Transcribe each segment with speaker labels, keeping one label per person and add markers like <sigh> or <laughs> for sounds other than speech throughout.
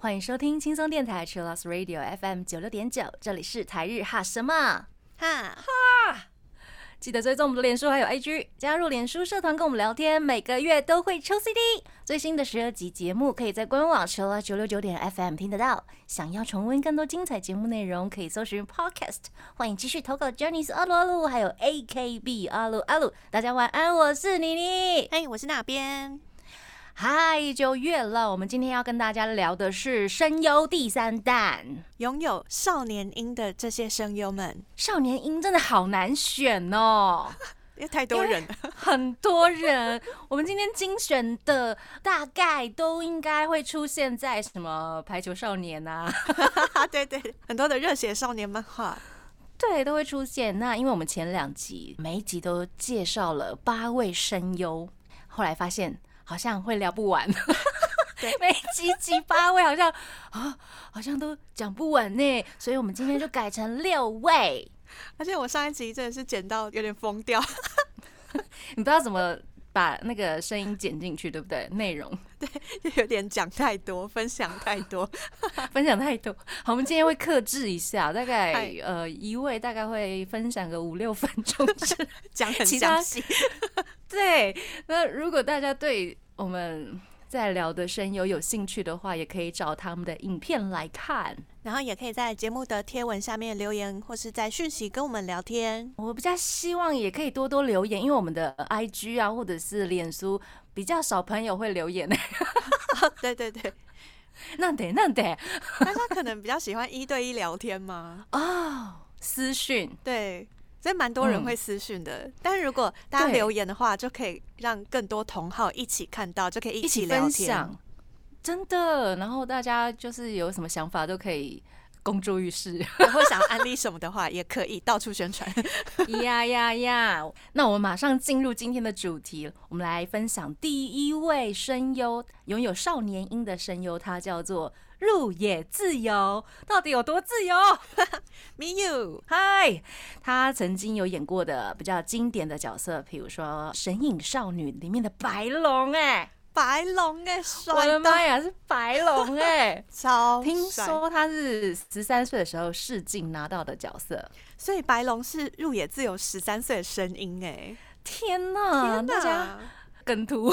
Speaker 1: 欢迎收听轻松电台 c h i l l o s Radio FM 九六点九，这里是台日哈什么
Speaker 2: 哈，
Speaker 1: 记得追踪我们的脸书还有 IG，加入脸书社团跟我们聊天，每个月都会抽 CD。最新的十二集节目可以在官网 c h i l l 九六九点 FM 听得到。想要重温更多精彩节目内容，可以搜寻 Podcast。欢迎继续投稿 j o n n y 是阿鲁阿鲁，还有 AKB 阿鲁阿鲁。大家晚安，我是妮妮。
Speaker 2: 哎，我是那边？
Speaker 1: 嗨，九月了，我们今天要跟大家聊的是声优第三弹。
Speaker 2: 拥有少年音的这些声优们，
Speaker 1: 少年音真的好难选哦，
Speaker 2: 因为太多人 <laughs> 了，
Speaker 1: 很多人。我们今天精选的大概都应该会出现在什么排球少年啊，
Speaker 2: 对对，很多的热血少年漫画，
Speaker 1: 对，都会出现。那因为我们前两集每一集都介绍了八位声优，后来发现好像会聊不完。
Speaker 2: 对
Speaker 1: 每一集集八位，好像啊，好像都讲不完呢，所以我们今天就改成六位。
Speaker 2: 而且我上一集真的是剪到有点疯掉， <laughs>
Speaker 1: 你不知道怎么把那个声音剪进去，对不对？内容
Speaker 2: 就有点讲太多，分享太多，
Speaker 1: 分享太多，好，我们今天会克制一下，大概
Speaker 2: 哎
Speaker 1: 呃一位大概会分享个五六分钟之类
Speaker 2: 讲很
Speaker 1: 其他
Speaker 2: 详细，
Speaker 1: <laughs> 对，那如果大家对我们在聊的声优有兴趣的话，也可以找他们的影片来看。
Speaker 2: 然后也可以在节目的贴文下面留言，或是在讯息跟我们
Speaker 1: <laughs>
Speaker 2: 聊天。
Speaker 1: 我比较希望也可以多多留言，因为我们的呃 IG 啊或者是脸书比较少朋友会留言。 <laughs>
Speaker 2: 对对对，
Speaker 1: 那得那得
Speaker 2: <laughs> 大家可能比较喜欢一对一聊天嘛，
Speaker 1: 哦，私讯
Speaker 2: 对，所以蛮多人
Speaker 1: 嗯
Speaker 2: 会私讯的。但如果大家
Speaker 1: 对
Speaker 2: 留言的话，就可以让更多同好一起看到，就可以
Speaker 1: 一起
Speaker 2: 聊
Speaker 1: 分
Speaker 2: 天。
Speaker 1: 享，真的。然后大家就是有什么想法都可以公诸于世。
Speaker 2: 然后想要安利什么的话，也可以到处宣传。
Speaker 1: 呀呀呀！那我们马上进入今天的主题，我们来分享第一位声优，拥有少年音的声优，他叫做入野自由。到底有多自由？
Speaker 2: <laughs> Me you，
Speaker 1: 嗨，他曾经有演过的比较经典的角色，比如说《神隐少女》里面的白龙、哎，
Speaker 2: 白龙哎，
Speaker 1: 我
Speaker 2: 帅
Speaker 1: 的
Speaker 2: 到
Speaker 1: 妈呀，是白
Speaker 2: <laughs>
Speaker 1: 龙哎、
Speaker 2: 超
Speaker 1: 听
Speaker 2: 帅，
Speaker 1: 说他是十三岁的时候试镜拿到的角色。
Speaker 2: 所以白龙是入野自由十三岁的声音哎、
Speaker 1: 天呐，
Speaker 2: 天
Speaker 1: 嗯大家
Speaker 2: 哪！
Speaker 1: 梗图，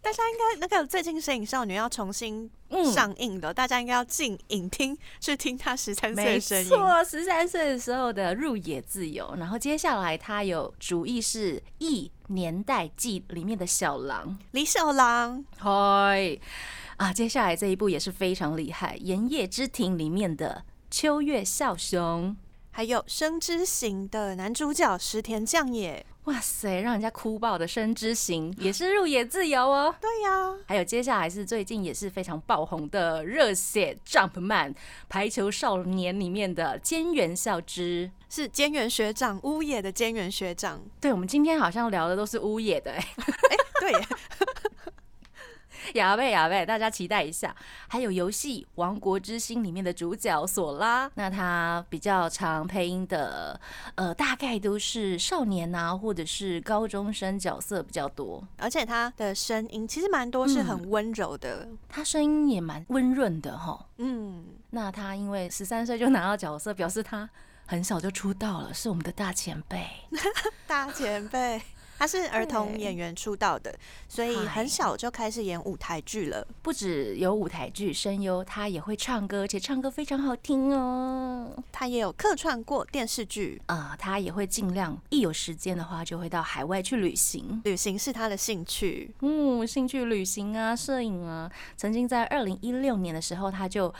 Speaker 2: 大家应该那个最近《摄影少女》要重新
Speaker 1: 嗯
Speaker 2: 上映了，大家应该要进影厅去听她十三岁
Speaker 1: 没
Speaker 2: 的声音。
Speaker 1: 错，十三岁的时候的入野自由，然后接下来他有主意是《忆年代记》里面的小狼，
Speaker 2: 李小狼
Speaker 1: 嗨啊，接下来这一部也是非常厉害，《盐业之庭》里面的秋月笑雄，
Speaker 2: 还有《生之行》的男主角石田将也，
Speaker 1: 哇塞，让人家哭爆的《生之行》也是入野自由哦。
Speaker 2: 对呀、
Speaker 1: 还有接下来是最近也是非常爆红的热血 Jumpman 排球少年里面的菅原孝之。
Speaker 2: 是菅原学长乌野的菅原学长。
Speaker 1: 对，我们今天好像聊的都是乌野的、欸，
Speaker 2: 对 <laughs> 耶，
Speaker 1: <laughs> 雅贝雅贝，大家期待一下。还有游戏《王国之心》里面的主角索拉，那他比较常配音的，呃，大概都是少年啊，或者是高中生角色比较多。
Speaker 2: 而且他的声音其实蛮多
Speaker 1: 嗯
Speaker 2: 是很温柔的。
Speaker 1: 他声音也蛮温润的哈。
Speaker 2: 嗯，
Speaker 1: 那他因为十三岁就拿到角色，表示他很小就出道了，是我们的大前辈。
Speaker 2: 大前辈，他是儿童
Speaker 1: 对
Speaker 2: 演员出道的，所以
Speaker 1: 嗨
Speaker 2: 很小就开始演舞台剧了。
Speaker 1: 不止有舞台剧声优，他也会唱歌，而且唱歌非常好听哦。
Speaker 2: 他也有客串过电视剧，
Speaker 1: 呃，他也会尽量一有时间的话，就会到海外去旅行。
Speaker 2: 旅行是他的兴趣。
Speaker 1: 嗯，兴趣旅行啊，摄影啊。曾经在二零一六年的时候，他就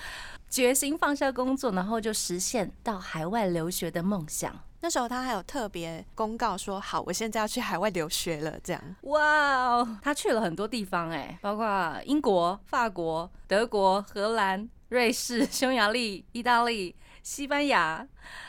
Speaker 1: 决心放下工作，然后就实现到海外留学的梦想。
Speaker 2: 那时候他还有特别公告说：“好，我现在要去海外留学了。”这样
Speaker 1: 哇哦，他去了很多地方哎、包括 <laughs> 英国、法国、德国、荷兰、瑞士、匈牙利、意大利、西班牙，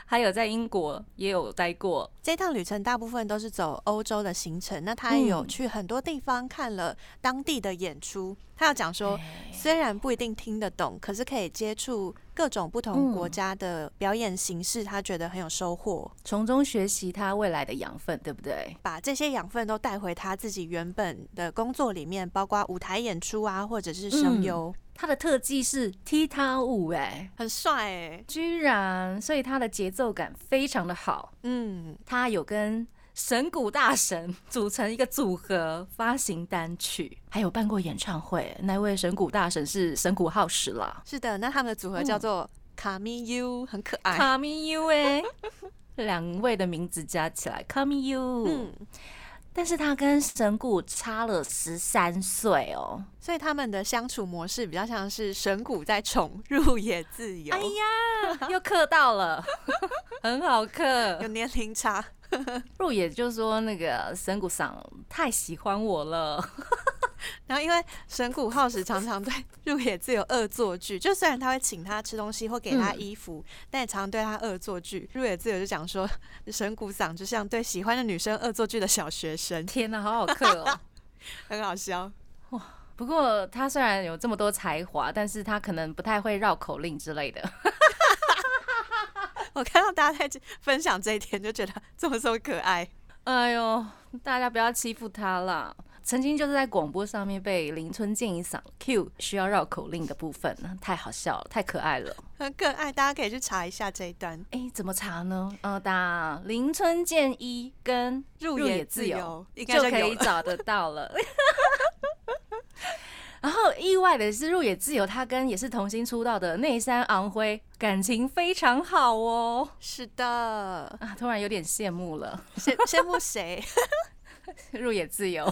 Speaker 1: 还有在英国也有待过。
Speaker 2: 这趟旅程大部分都是走欧洲的行程，那他也有
Speaker 1: 嗯
Speaker 2: 去很多地方看了当地的演出。他要讲说，虽然不一定听得懂，可是可以接触各种不同国
Speaker 1: 嗯
Speaker 2: 家的表演形式，他觉得很有收获。
Speaker 1: 从中学习他未来的养分，对不对？
Speaker 2: 把这些养分都带回他自己原本的工作里面，包括舞台演出啊，或者是声
Speaker 1: 嗯
Speaker 2: 优，
Speaker 1: 他的特技是踢踏舞、哎，
Speaker 2: 很帅哎、
Speaker 1: 居然，所以他的节奏感非常的好。
Speaker 2: 嗯，
Speaker 1: 他有跟神谷大神组成一个组合，发行单曲，还有办过演唱会。那位神谷大神是神谷浩史啦，
Speaker 2: 是的。那他们的组合叫做卡米 U，很可爱。
Speaker 1: 嗯卡米 U 哎、 <laughs> 两位的名字加起来卡米 U，
Speaker 2: 嗯，
Speaker 1: 但是他跟神谷差了十三岁哦。
Speaker 2: 所以他们的相处模式比较像是神谷在宠 <laughs> 入野自由，
Speaker 1: 哎呀，又刻到了， <laughs> 很好
Speaker 2: 有
Speaker 1: 刻。
Speaker 2: 年龄差。
Speaker 1: 入野就说那个神谷桑太喜欢我了，
Speaker 2: 然后因为神谷浩史常常对 <laughs> 入野自由恶作剧，就虽然他会请他吃东西或给他
Speaker 1: 嗯
Speaker 2: 衣服，但也常常对他恶作剧。入野自由就讲说，神谷嗓就像对喜欢的女生恶作剧的小学生，
Speaker 1: 天哪，好好刻哦。
Speaker 2: 很好笑。
Speaker 1: 不过他虽然有这么多才华，但是他可能不太会绕口令之类的。 <laughs>
Speaker 2: 我看到大家在这分享这一点，就觉得这么说可爱。
Speaker 1: 哎呦，大家不要欺负他啦！曾经就是在广播上面被林村健一嗓 Q 需要绕口令的部分，太好笑了，太可爱了。
Speaker 2: 很可爱，大家可以去查一下这一段。
Speaker 1: 哎、怎么查呢？呃，打林村健一跟
Speaker 2: 入
Speaker 1: 野
Speaker 2: 野自
Speaker 1: 由
Speaker 2: 由应该
Speaker 1: 就
Speaker 2: 就
Speaker 1: 可以
Speaker 2: 有了，
Speaker 1: 找得到了。 <laughs> 然后意外的是，入野自由他跟也是童星出道的内山昂辉感情非常好哦，
Speaker 2: 是的。
Speaker 1: 啊，突然有点羡慕了
Speaker 2: 羡羡慕谁？
Speaker 1: 入野自由，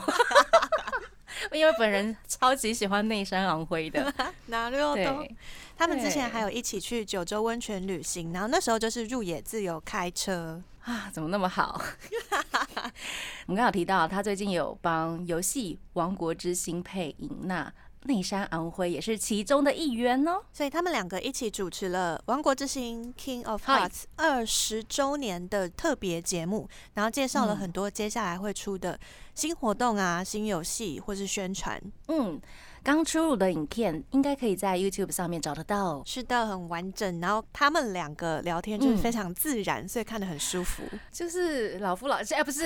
Speaker 1: <laughs> 因为本人超级喜欢内山昂辉的，
Speaker 2: 哪六都
Speaker 1: 对，
Speaker 2: 他们之前
Speaker 1: 对
Speaker 2: 还有一起去九州温泉旅行，然后那时候就是入野自由开车，
Speaker 1: 啊，怎么那么好？ <laughs> 我们刚刚有提到，他最近有帮游戏《王国之心》配音，那内山昂辉也是其中的一员哦。
Speaker 2: 所以他们两个一起主持了《王国之心 King of
Speaker 1: Hi
Speaker 2: Hearts》二十周年的特别节目，然后介绍了
Speaker 1: 嗯
Speaker 2: 很多接下来会出的新活动啊、新游戏或是宣传。
Speaker 1: 嗯，刚出炉的影片应该可以在 YouTube 上面找得到。哦
Speaker 2: 是的，很完整。然后他们两个聊天就是
Speaker 1: 嗯
Speaker 2: 非常自然，所以看得很舒服。
Speaker 1: 就是老夫老妻， <laughs> 哎，不是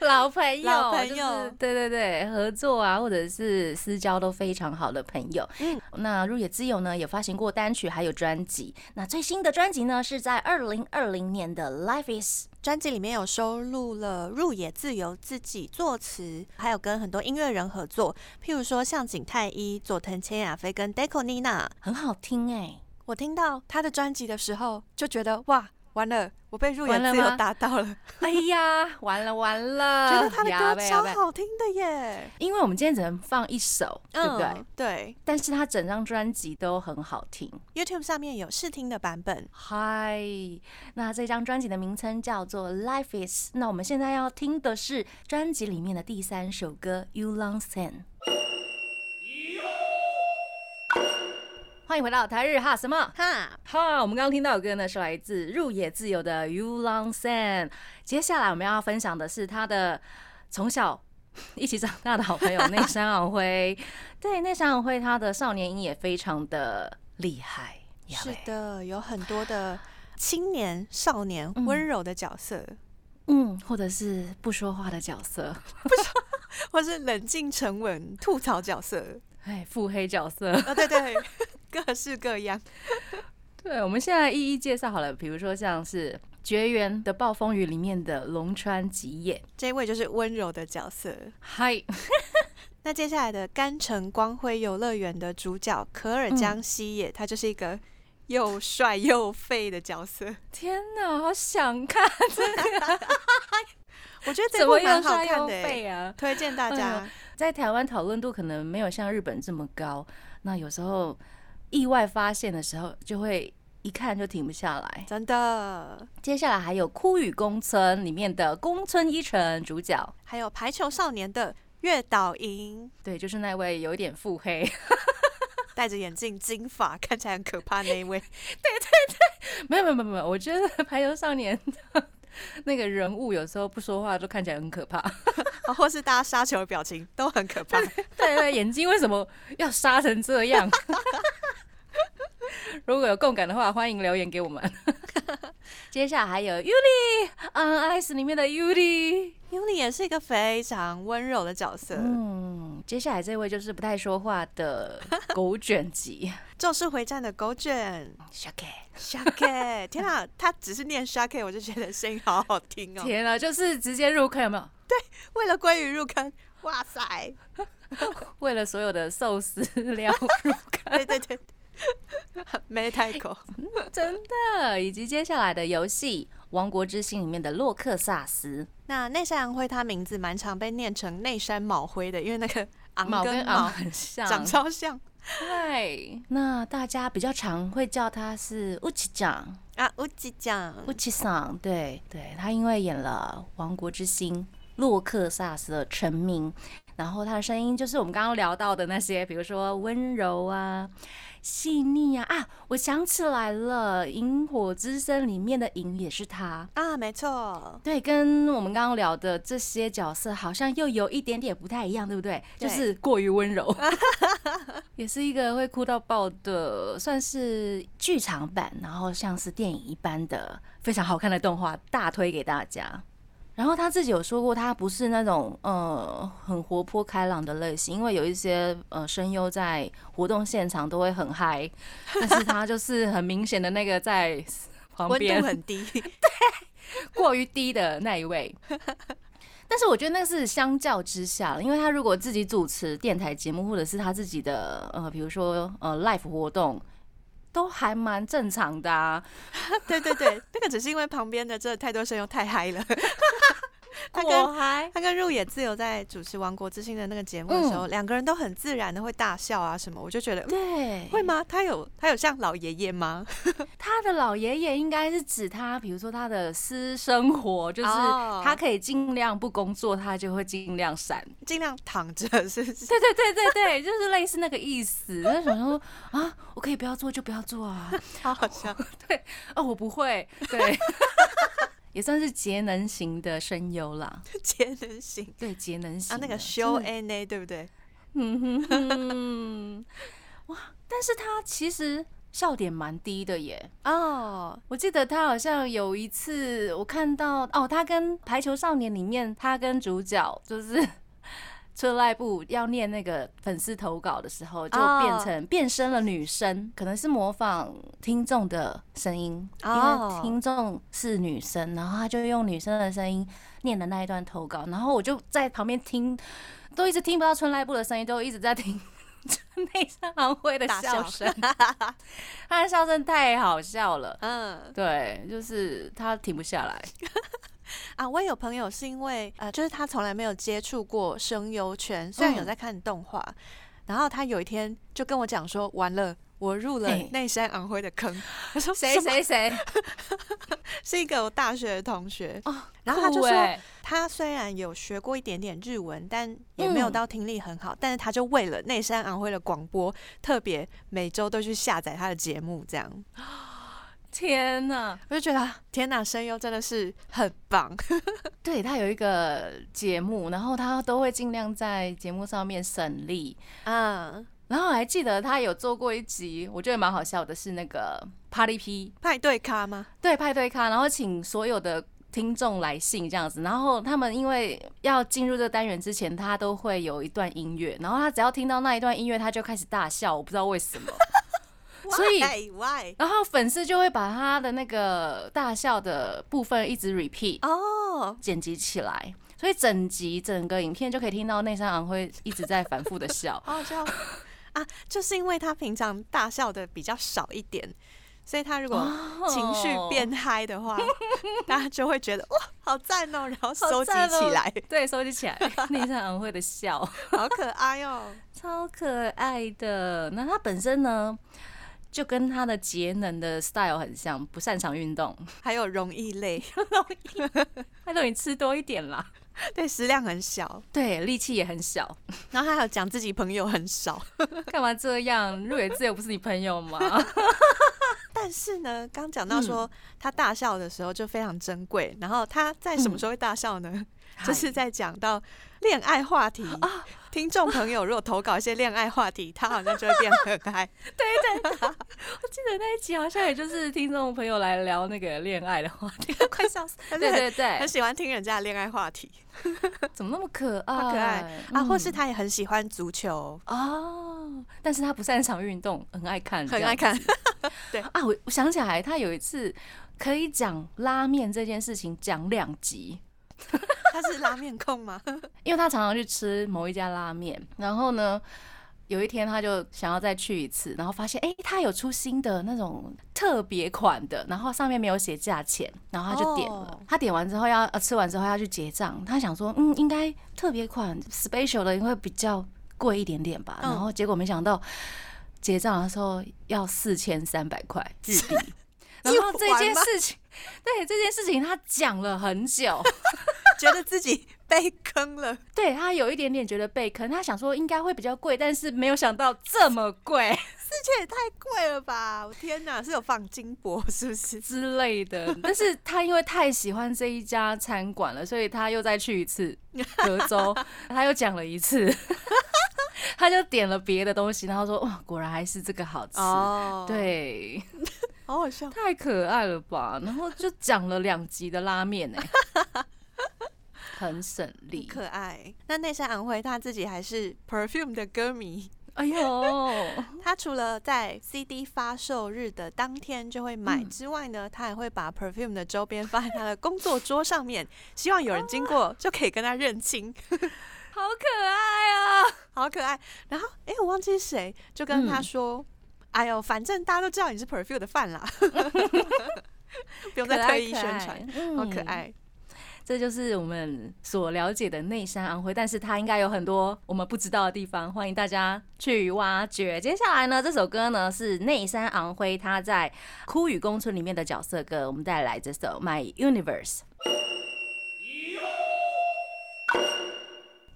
Speaker 1: 老朋友，
Speaker 2: 老朋
Speaker 1: 就是
Speaker 2: 友
Speaker 1: 对对对，合作啊，或者是私交都非常好的朋友。
Speaker 2: 嗯
Speaker 1: 嗯，那入野之友呢，也发行过单曲还有专辑。那最新的专辑呢，是在二零二零年的《Life Is》。
Speaker 2: 专辑里面有收录了入野自由自己作词，还有跟很多音乐人合作，譬如说像井太一、佐藤千雅飞跟 Deco Nina。
Speaker 1: 很好听哎、
Speaker 2: 我听到他的专辑的时候，就觉得哇，完了，我被入野
Speaker 1: 完了
Speaker 2: 自由
Speaker 1: 吗
Speaker 2: 打到
Speaker 1: <laughs>
Speaker 2: 了，
Speaker 1: <laughs> 哎呀，完了完了，
Speaker 2: 觉得他的
Speaker 1: 呀
Speaker 2: 歌
Speaker 1: 呗
Speaker 2: 超
Speaker 1: 呀呗
Speaker 2: 好听的耶，
Speaker 1: 因为我们今天只能放一首，对不对？
Speaker 2: 嗯？对
Speaker 1: 但是他整张专辑都很好听。
Speaker 2: ，YouTube 上面有试听的版本。
Speaker 1: 嗨，那这张专辑的名称叫做《Life Is》。那我们现在要听的是专辑里面的第三首歌《You Long Sen》。欢迎回到台日哈什么？
Speaker 2: 哈，
Speaker 1: 哈，我们刚刚听到的歌呢是来自入野自由的《You Long Sen》。接下来我们要分享的是他的从小一起长大的好朋友内山昂辉。对，内山昂辉他的少年音也非常的厉害。呀
Speaker 2: 是
Speaker 1: 喂
Speaker 2: 的，有很多的青年、少年温柔的角色。
Speaker 1: 嗯，或者是不说话的角色，
Speaker 2: 或是冷静沉稳吐槽角
Speaker 1: <laughs>
Speaker 2: 色
Speaker 1: 哎，腹黑角色。 <laughs>
Speaker 2: 啊、对对，各式各样。
Speaker 1: 对，我们现在一一介绍好了，比如说像是《绝缘的暴风雨》里面的龙川吉野，
Speaker 2: 这一位就是温柔的角色。
Speaker 1: 嗨，
Speaker 2: 那接下来的甘城光辉游乐园的主角可尔
Speaker 1: 嗯
Speaker 2: 江西野，他就是一个又帅又废的角色。
Speaker 1: 天哪，好想看，
Speaker 2: 我觉得这
Speaker 1: 怎
Speaker 2: 部
Speaker 1: 么又
Speaker 2: 蛮好
Speaker 1: 帅
Speaker 2: 看
Speaker 1: 又
Speaker 2: 的欸，
Speaker 1: 废啊？
Speaker 2: 推荐大家。
Speaker 1: 在台湾讨论度可能没有像日本这么高，那有时候意外发现的时候，就会一看就停不下来。
Speaker 2: 真的，
Speaker 1: 接下来还有《枯雨宫村》里面的宫村一成主角，
Speaker 2: 还有排球少年的月岛萤，
Speaker 1: 对，就是那位有一点腹黑，
Speaker 2: 戴着眼镜、金发，看起来很可怕那一位。
Speaker 1: 对对 <laughs> 没有没有没有没有，我觉得《排球少年》的那个人物有时候不说话就看起来很可怕。 <laughs>
Speaker 2: 啊或是大家杀球的表情都很可 <laughs> 怕。
Speaker 1: 对对，眼睛为什么要杀成这样？ <laughs> 如果有共感的话，欢迎留言给我们。 <laughs> 接下来还有 Yuri on Ice 里面的 Yuri，
Speaker 2: 尤里也是一个非常温柔的角色，
Speaker 1: 嗯，接下来这位就是不太说话的狗卷级
Speaker 2: 就是回战的狗卷 <laughs>
Speaker 1: Shake。
Speaker 2: Shake，天啊，他只是念 Shake，我就觉得声音好好听哦。
Speaker 1: 天啊，就是直接入坑有没有？
Speaker 2: 为了鲑鱼入坑，哇塞，
Speaker 1: 为了所有的寿司料入坑，
Speaker 2: 对对对，没太口。
Speaker 1: 真的，以及接下来的游戏《王国之心》里面的洛克萨斯，
Speaker 2: <laughs> 那内山阳辉他名字蛮常被念成内山卯辉的，因为那个昂
Speaker 1: 毛跟昂
Speaker 2: 卯
Speaker 1: 很像，
Speaker 2: 长超像
Speaker 1: 对，那大家比较常会叫他是乌奇长、
Speaker 2: 啊。乌吉酱
Speaker 1: 乌奇桑，对对，他因为演了《王国之心》洛克萨斯的成名，然后他的声音就是我们刚刚聊到的那些，比如说温柔啊、细腻啊啊，我想起来了，《萤火之森》里面的萤也是他。
Speaker 2: 啊，没错，
Speaker 1: 对，跟我们刚刚聊的这些角色好像又有一点点不太一样，对不对？
Speaker 2: 对
Speaker 1: 就是过于温
Speaker 2: <laughs>
Speaker 1: 柔，也是一个会哭到爆的，算是剧场版，然后像是电影一般的非常好看的动画，大推给大家。然后他自己有说过，他不是那种呃很活泼开朗的类型，因为有一些呃声优在活动现场都会很嗨，但是他就是很明显的那个在 <laughs> 旁
Speaker 2: 温
Speaker 1: 边
Speaker 2: 度很 <laughs> 低，
Speaker 1: 过于低的那一位。 <laughs> 但是我觉得那是相较之下，因为他如果自己主持电台节目，或者是他自己的呃，比如说呃 live 活动，都还蛮正常的啊。
Speaker 2: 对对对，那个只是因为旁边的真的太多声优太嗨了。 <laughs> 他跟
Speaker 1: 嗨，
Speaker 2: 他跟入野自由在主持《王国之心》的那个节目的时候，两、个人都很自然的会大笑啊什么，我就觉得、嗯
Speaker 1: 对，
Speaker 2: 会吗？他有他有像老爷爷吗？
Speaker 1: 他的老爷爷应该是指他，比如说他的私生活，就是
Speaker 2: 哦
Speaker 1: 他可以尽量不工作，他就会尽量闪。
Speaker 2: 尽量躺着是不是？
Speaker 1: 对对对对对，就是类似那个意思。他想说啊，我可以不要做就不要做啊，
Speaker 2: <laughs> 好好笑。 <laughs>
Speaker 1: <laughs> 哦，我不会，对， <laughs> 也算是节能型的声优啦。
Speaker 2: 节能型
Speaker 1: 对，节能型
Speaker 2: 啊，那个
Speaker 1: 的
Speaker 2: show N A 对不对？
Speaker 1: 嗯哼哼，哇！但是他其实笑点蛮低的耶。
Speaker 2: 哦，
Speaker 1: 我记得他好像有一次，我看到哦，他跟《排球少年》里面，他跟主角就是车赖布要念那个粉丝投稿的时候，就
Speaker 2: 哦
Speaker 1: 变成、变身了女生，可能是模仿听众的声音，因
Speaker 2: 哦
Speaker 1: 为听众是女生，然后他就用女生的声音念的那一段投稿，然后我就在旁边听，都一直听不到春赖布的声音，都一直在听内山昂辉的
Speaker 2: 大
Speaker 1: 笑
Speaker 2: 笑 <laughs>
Speaker 1: 声，他的笑声太好笑了。
Speaker 2: 嗯
Speaker 1: 对，就是他停不下来。
Speaker 2: 啊，我有朋友是因为呃，就是他从来没有接触过声优圈，虽然
Speaker 1: 嗯
Speaker 2: 有在看动画，然后他有一天就跟我讲说，完了。我入了
Speaker 1: 嘿
Speaker 2: 内山昂辉的坑， <laughs> 我说
Speaker 1: 谁
Speaker 2: 什么
Speaker 1: 谁谁？ <laughs>
Speaker 2: 是一个我大学的同学，
Speaker 1: 哦
Speaker 2: 然后他就
Speaker 1: 酷
Speaker 2: 说
Speaker 1: 欸
Speaker 2: 他虽然有学过一点点日文，但也没有
Speaker 1: 嗯
Speaker 2: 到听力很好，但是他就为了内山昂辉的广播，特别每周都去下载他的节目，这样
Speaker 1: 天哪！
Speaker 2: 我就觉得啊天哪，声优真的是很棒，
Speaker 1: 对他有一个节目，然后他都会尽量在节目上面省力。
Speaker 2: 嗯，
Speaker 1: 然后我还记得他有做过一集，我觉得蛮好笑的，是那个 Party P
Speaker 2: 派对咖吗？
Speaker 1: 对派对咖，然后请所有的听众来信这样子。然后他们因为要进入这个单元之前，他都会有一段音乐，然后他只要听到那一段音乐，他就开始大笑，我不知道为什么。所以
Speaker 2: Why? why
Speaker 1: 然后粉丝就会把他的那个大笑的部分一直 repeat
Speaker 2: 哦，。
Speaker 1: 剪辑起来，所以整集整个影片就可以听到内山昂辉一直在反复的笑 <laughs>
Speaker 2: 好好笑啊！就是因为他平常大笑的比较少一点，所以他如果情绪
Speaker 1: 哦
Speaker 2: 变嗨的话，大家就会觉得哇，好赞哦，然后收集
Speaker 1: <laughs> 好赞哦
Speaker 2: 起
Speaker 1: <laughs>
Speaker 2: 来，
Speaker 1: 对，收集起来，内山昂辉的笑
Speaker 2: 好可爱哦。
Speaker 1: <laughs> 超可爱的。那他本身呢，就跟他的节能的 style 很像，不擅长运动，
Speaker 2: 还有容易累，
Speaker 1: <laughs> 拜托你吃多一点啦。
Speaker 2: 对，食量很小，
Speaker 1: 对，力气也很小，
Speaker 2: 然后他还有讲自己朋友很少，
Speaker 1: 干嘛这样？入野自由不是你朋友吗？
Speaker 2: 但是呢，刚讲
Speaker 1: 嗯
Speaker 2: 到说他大笑的时候就非常珍贵，然后他在
Speaker 1: 嗯
Speaker 2: 什么时候会大笑呢？就是在讲到恋爱话题啊，听众朋友如果投稿一些恋爱话题，他好像就会变很嗨。
Speaker 1: 对对，对我记得那一集好像也就是听众朋友来聊那个恋爱的话题，
Speaker 2: <laughs> 快笑死！但
Speaker 1: <laughs>
Speaker 2: 是
Speaker 1: 对
Speaker 2: 很
Speaker 1: 对对
Speaker 2: 很，喜欢听人家的恋爱话题，
Speaker 1: 怎么那么可爱？
Speaker 2: 好可爱啊，
Speaker 1: 嗯
Speaker 2: 或是他也很喜欢足球，
Speaker 1: 哦，但是他不擅长运动，很爱看，
Speaker 2: 很
Speaker 1: 嗯这样
Speaker 2: 爱看。
Speaker 1: 啊！我我想起来，他有一次可以讲拉面这件事情讲两集，
Speaker 2: 他是拉面控吗？ <laughs>
Speaker 1: 因为他常常去吃某一家拉面，然后呢，有一天他就想要再去一次，然后发现哎、诶他有出新的那种特别款的，然后上面没有写价钱，然后他就点了。
Speaker 2: 哦
Speaker 1: 他点完之后要呃吃完之后要去结账，他想说嗯应该特别款 special 的应该比较贵一点点吧，
Speaker 2: 嗯
Speaker 1: 然后结果没想到结账的时候要四千三百块日币。
Speaker 2: <laughs>
Speaker 1: 然后这件事情，对这件事情，他讲了很久，
Speaker 2: 觉得自己被坑了，
Speaker 1: 对他有一点点觉得被坑，他想说应该会比较贵，但是没有想到这么
Speaker 2: <laughs>
Speaker 1: 贵
Speaker 2: 这钱也太贵了吧！我天哪，是有放金箔是不是？
Speaker 1: 之类的。 <laughs> 但是他因为太喜欢这一家餐馆了，所以他又再去一次德
Speaker 2: <laughs>
Speaker 1: 州，他又讲了一次， <laughs> 他就点了别的东西，然后说哇，果然还是这个好吃。
Speaker 2: 哦，，
Speaker 1: 对，
Speaker 2: 好好笑。
Speaker 1: 太可爱了吧！然后就讲了两集的拉面
Speaker 2: <laughs>
Speaker 1: 呢、很省
Speaker 2: 很
Speaker 1: 力。
Speaker 2: 可爱。那内山昂辉他自己还是 Perfume 的歌迷，
Speaker 1: 哎
Speaker 2: <laughs>
Speaker 1: 呦，
Speaker 2: 他除了在 CD 发售日的当天就会买
Speaker 1: 嗯
Speaker 2: 之外呢，他也会把 Perfume 的周边放在他的工作桌上面，希望有人经过
Speaker 1: 啊
Speaker 2: 就可以跟他认亲，
Speaker 1: 好可爱啊！
Speaker 2: 好可爱。然后，哎、我忘记是谁，就跟他
Speaker 1: 嗯
Speaker 2: 说：“哎呦，反正大家都知道你是 Perfume 的饭啦，
Speaker 1: <laughs>
Speaker 2: 不用
Speaker 1: 可
Speaker 2: 再
Speaker 1: 爱
Speaker 2: 特意宣传。”，好可
Speaker 1: 嗯
Speaker 2: 爱，
Speaker 1: 这就是我们所了解的内山昂辉，但是它应该有很多我们不知道的地方，欢迎大家去挖掘。接下来呢，这首歌呢是内山昂辉他在《枯雨公村》里面的角色歌，我们带来这首《My Universe》。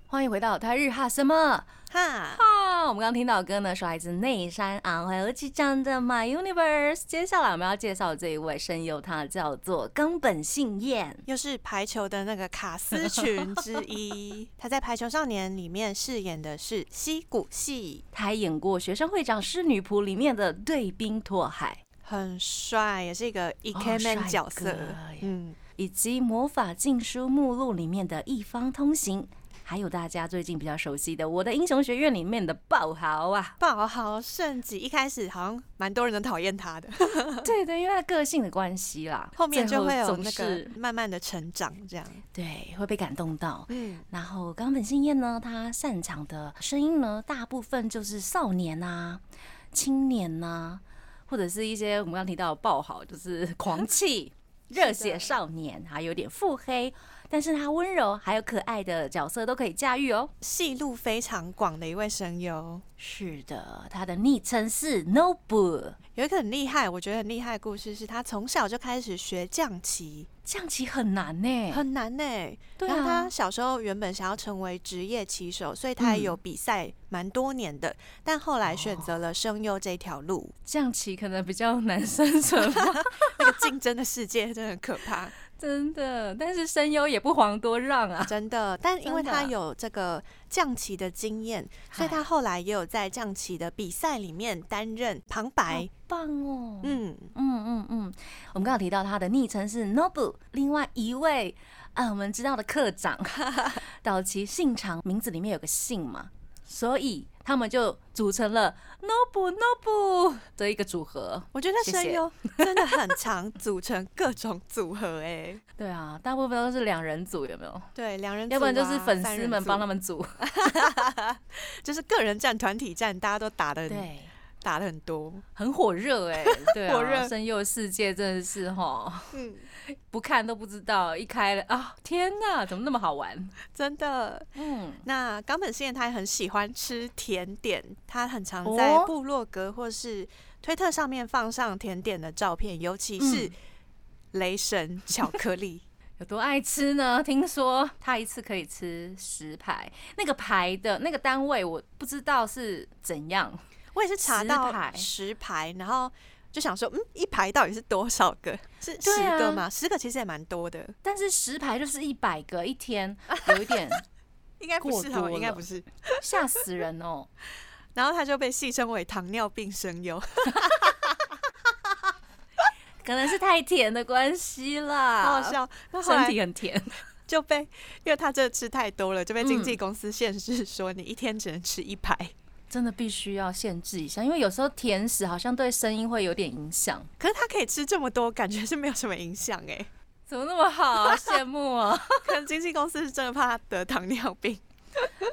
Speaker 1: 欢迎回到台日哈什么
Speaker 2: 哈，
Speaker 1: 哈？我们刚刚听到的歌呢，是来自内山昂辉和吉章的《My Universe》。接下来我们要介绍这一位声优，他叫做冈本信彦。
Speaker 2: 又是排球的那个卡斯群之
Speaker 1: <laughs>
Speaker 2: 一。他在《排球少年》里面饰演的是西谷系，
Speaker 1: 他还演过《学生会长是女仆》里面的对冰拓海，
Speaker 2: 很帅，也是一个 e k m a
Speaker 1: 哦帅
Speaker 2: n 角色
Speaker 1: 哥耶。
Speaker 2: 嗯，
Speaker 1: 以及《魔法禁书目录》里面的一方通行，还有大家最近比较熟悉的《我的英雄学院》里面的爆豪
Speaker 2: <laughs>
Speaker 1: 啊。
Speaker 2: 爆豪盛吉一开始好像蛮多人都讨厌他的，
Speaker 1: <laughs> 对对，因为他个性的关系啦，
Speaker 2: 后面就会
Speaker 1: 最后
Speaker 2: 有
Speaker 1: 总
Speaker 2: 那
Speaker 1: 是
Speaker 2: 个慢慢的成长，这样。
Speaker 1: 对会被感动到。
Speaker 2: 嗯，
Speaker 1: 然后冈本信彦呢，他擅长的声音呢，大部分就是少年啊、青年呐、或者是一些我们刚刚提到的爆好，就是狂 <laughs> 气、热血少年，还有点腹黑，但是他温柔还有可爱的角色都可以驾驭哦。
Speaker 2: 戏路非常广的一位声优，
Speaker 1: 是的，他的昵称是 Nobu。
Speaker 2: 有一个很厉害，我觉得很厉害的故事是他从小就开始学降旗，
Speaker 1: 降旗很难呢、
Speaker 2: 很难欸呢、
Speaker 1: 对
Speaker 2: 然后
Speaker 1: 啊
Speaker 2: 他，小时候原本想要成为职业棋手，所以他也有
Speaker 1: 嗯
Speaker 2: 比赛蛮多年的，但后来选择
Speaker 1: 哦
Speaker 2: 了声优这条路。
Speaker 1: 降旗可能比较难生存吧， <laughs>
Speaker 2: 那个竞争的世界真的很可怕，
Speaker 1: 真的。但是声优也不遑多让啊。
Speaker 2: 真的。但因为
Speaker 1: 真的啊
Speaker 2: 他有这个降旗的经验，所以他后来也有在降旗的比赛里面担任旁白。
Speaker 1: 棒哦，
Speaker 2: 嗯，
Speaker 1: 嗯嗯嗯，我们刚刚有提到他的昵称是 Nobu，另外一位啊，我们知道的课
Speaker 2: <laughs>
Speaker 1: 长岛崎信长，名字里面有个信嘛，所以他们就组成了 Nobu Nobu 的一个组合。
Speaker 2: 我觉
Speaker 1: 谢
Speaker 2: 得
Speaker 1: 谢
Speaker 2: 声优真的很常组成各种组合、
Speaker 1: <laughs>
Speaker 2: 哎，
Speaker 1: 对啊，大部分都是两人组，有没有？
Speaker 2: 对，两人组啊、
Speaker 1: 要不然就是粉丝们帮他
Speaker 2: 们，
Speaker 1: 们组。
Speaker 2: 就是个人战、团体战，大家都打的
Speaker 1: 对，
Speaker 2: 打的很多。
Speaker 1: 很火热
Speaker 2: <laughs>
Speaker 1: 哎、对啊，
Speaker 2: 火热
Speaker 1: 声优世界真的是哈，
Speaker 2: 嗯。
Speaker 1: 不看都不知道，一开了啊，天哪，怎么那么好玩？
Speaker 2: <laughs> 真的，
Speaker 1: 嗯，
Speaker 2: 那冈本信彦他也很喜欢吃甜点，他很常
Speaker 1: 哦
Speaker 2: 在部落格或是推特上面放上甜点的照片，尤其是
Speaker 1: 嗯
Speaker 2: 雷神巧克力。
Speaker 1: 有多爱吃呢？听说他一次可以吃十排，那个排的那个单位我不知道是怎样。
Speaker 2: 我也是查
Speaker 1: 十
Speaker 2: 到
Speaker 1: 排
Speaker 2: 十排，然后就想说，嗯，一排到底是多少个？是
Speaker 1: 对
Speaker 2: 十
Speaker 1: 啊
Speaker 2: 个吗？十个其实也蛮多的，
Speaker 1: 但是十排就是一百个一天，有一点
Speaker 2: 应该不
Speaker 1: 过
Speaker 2: 是
Speaker 1: 多
Speaker 2: 哦，应该
Speaker 1: 了
Speaker 2: 不是。
Speaker 1: 吓死人哦。
Speaker 2: 然后他就被戏称为糖尿病声优，
Speaker 1: 可能是太甜的关系啦，
Speaker 2: 好好笑。那后
Speaker 1: 啊身
Speaker 2: 来
Speaker 1: 体很甜，
Speaker 2: 就被，因为他这吃太多了，就被经纪
Speaker 1: 嗯
Speaker 2: 公司限制说你一天只能吃一排。
Speaker 1: 真的必须要限制一下，因为有时候甜食好像对声音会有点影响。
Speaker 2: 可是他可以吃这么多，感觉是没有什么影响哎、
Speaker 1: 怎么那么好、羡慕啊！
Speaker 2: <laughs> 可能经纪公司是真的怕他得糖尿病。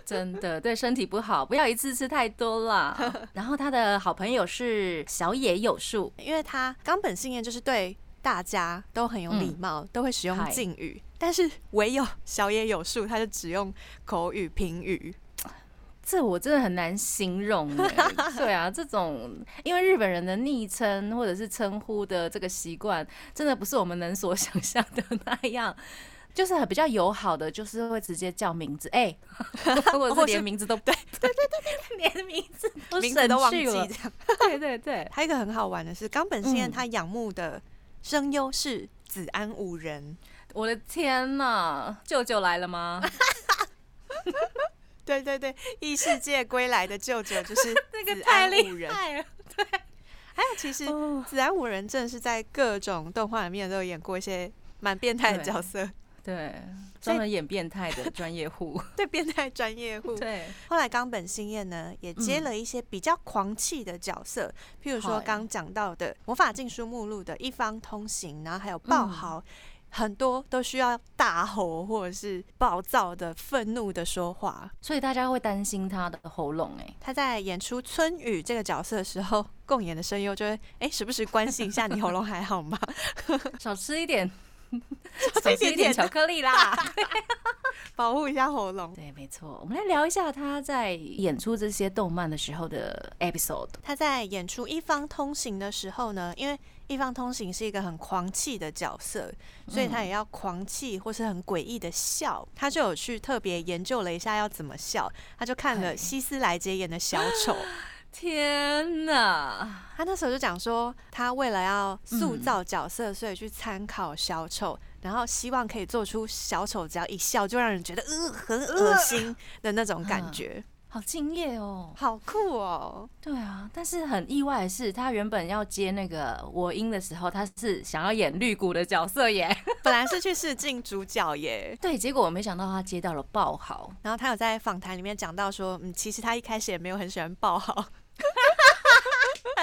Speaker 1: 真的对身体不好，不要一次吃太多啦。然后他的好朋友是小野有树，
Speaker 2: 因为他冈本信彦就是对大家都很有礼貌，都会使用
Speaker 1: 嗨
Speaker 2: 敬语，但是唯有小野有树，他就只用口语平语。
Speaker 1: 这我真的很难形容、
Speaker 2: <laughs>
Speaker 1: 欸。对啊，这种因为日本人的昵称或者是称呼的这个习惯，真的不是我们能所 <laughs> 想象的那样。就是很比较友好的，就是会直接叫名字，哎、 <laughs> 或者是连名字都对对对对，连名字都
Speaker 2: 名字都
Speaker 1: 省
Speaker 2: 忘记
Speaker 1: 去
Speaker 2: 这
Speaker 1: 了，
Speaker 2: 样。
Speaker 1: 对对对，
Speaker 2: 还有一个很好玩的是，冈本信彦
Speaker 1: 嗯
Speaker 2: 他仰慕的声优是子安五人。
Speaker 1: 我的天呐，舅舅来了
Speaker 2: <laughs>
Speaker 1: 吗？
Speaker 2: 对对对，异世界归来的舅舅就是 <laughs>
Speaker 1: 这
Speaker 2: 子
Speaker 1: 个太
Speaker 2: 安五
Speaker 1: 厉
Speaker 2: 人。
Speaker 1: 害了，
Speaker 2: 还有，其实
Speaker 1: 哦
Speaker 2: 子安五人真的是在各种动画里面都有演过一些蛮变态的角色，
Speaker 1: 对，
Speaker 2: 所以
Speaker 1: 专门演变态的专业
Speaker 2: <laughs>
Speaker 1: 户，
Speaker 2: 对变态专业户。
Speaker 1: 对，
Speaker 2: 后来冈本信彦呢也接
Speaker 1: 嗯
Speaker 2: 了一些比较狂气的角色，譬如说
Speaker 1: 好
Speaker 2: 刚讲到的《魔法禁书目录》的一方通行，然后还有
Speaker 1: 嗯
Speaker 2: 爆豪，很多都需要大吼或者是暴躁的、愤怒的说话。
Speaker 1: 所以大家会担心他的喉咙、哎，
Speaker 2: 他在演出春雨这个角色的时候，共演的声优就会哎、时不时关心一下你喉咙还好吗？ <laughs>
Speaker 1: 少吃一点，
Speaker 2: 吃
Speaker 1: 少
Speaker 2: 一点
Speaker 1: 吃一
Speaker 2: 点
Speaker 1: 点巧克力啦。
Speaker 2: 保护一下喉
Speaker 1: <laughs>
Speaker 2: 咙。
Speaker 1: 对，没错。我们来聊一下他在演出这些动漫的时候的 episode。
Speaker 2: 他在演出《一方通行》的时候呢，因为《一方通行》是一个很狂气的角色，所以他也要狂气或是很诡异的笑。他就有去特别研究了一下要怎么笑，他就看了
Speaker 1: 嘿
Speaker 2: 希斯莱杰演的小丑， <laughs>
Speaker 1: 天哪，
Speaker 2: 他那时候就讲说，他为了要塑造角色，所以去参考小丑。然后希望可以做出小丑只要一笑就让人觉得呃很恶心的那种感觉，
Speaker 1: 好敬业哦！
Speaker 2: 嗯好酷哦！
Speaker 1: 对啊，但是很意外的是，他原本要接那个我音的时候，他是想要演绿谷的角色耶。 <laughs>
Speaker 2: 本来是去试镜主角耶，
Speaker 1: 对，结果我没想到他接到了爆豪，
Speaker 2: 然后他有在访谈里面讲到说，嗯，其实他一开始也没有很喜欢爆豪，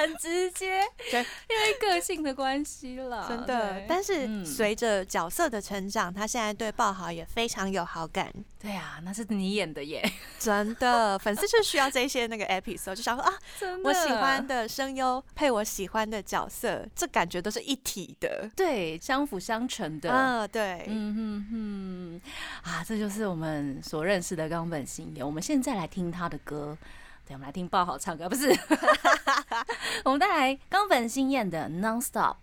Speaker 1: 很直接，
Speaker 2: 对
Speaker 1: 因为个性的关系 <laughs> 啦。
Speaker 2: <laughs> 真的
Speaker 1: 对。
Speaker 2: 但是
Speaker 1: 嗯
Speaker 2: 随着角色的成长，他现在对爆豪也非常有好感，
Speaker 1: 对啊，那是你演的耶，
Speaker 2: 真 <laughs> 的，粉丝就需要这一些那个 episode，就想说啊，
Speaker 1: 真的。
Speaker 2: 我喜欢的声优配我喜欢的角色，这感觉都是一体的。
Speaker 1: 对，相辅相成的。
Speaker 2: 嗯，对，
Speaker 1: 嗯哼哼，啊，这就是我们所认识的冈本信也。我们现在来听他的歌，对，我们来听爆好唱歌，不是？ <laughs> 我们带来冈本信彦的《Non Stop》。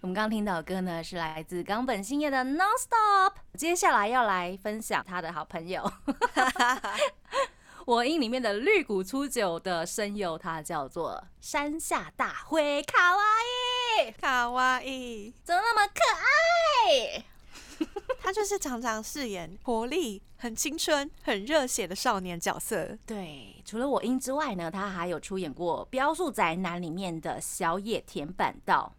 Speaker 1: 我们刚刚听到的歌呢，是来自冈本信彦的《Non Stop》。接下来要来分享他的好朋友， <laughs> 我音里面的绿谷初九的声优，他叫做山下大辉，卡哇伊。
Speaker 2: 卡哇伊，
Speaker 1: 怎么那么可爱？
Speaker 2: 他就是常常饰演活力、很青春、很热血的少年角色。
Speaker 1: 对，除了我音之外呢，他还有出演过《标速宅男》里面的小野田坂道。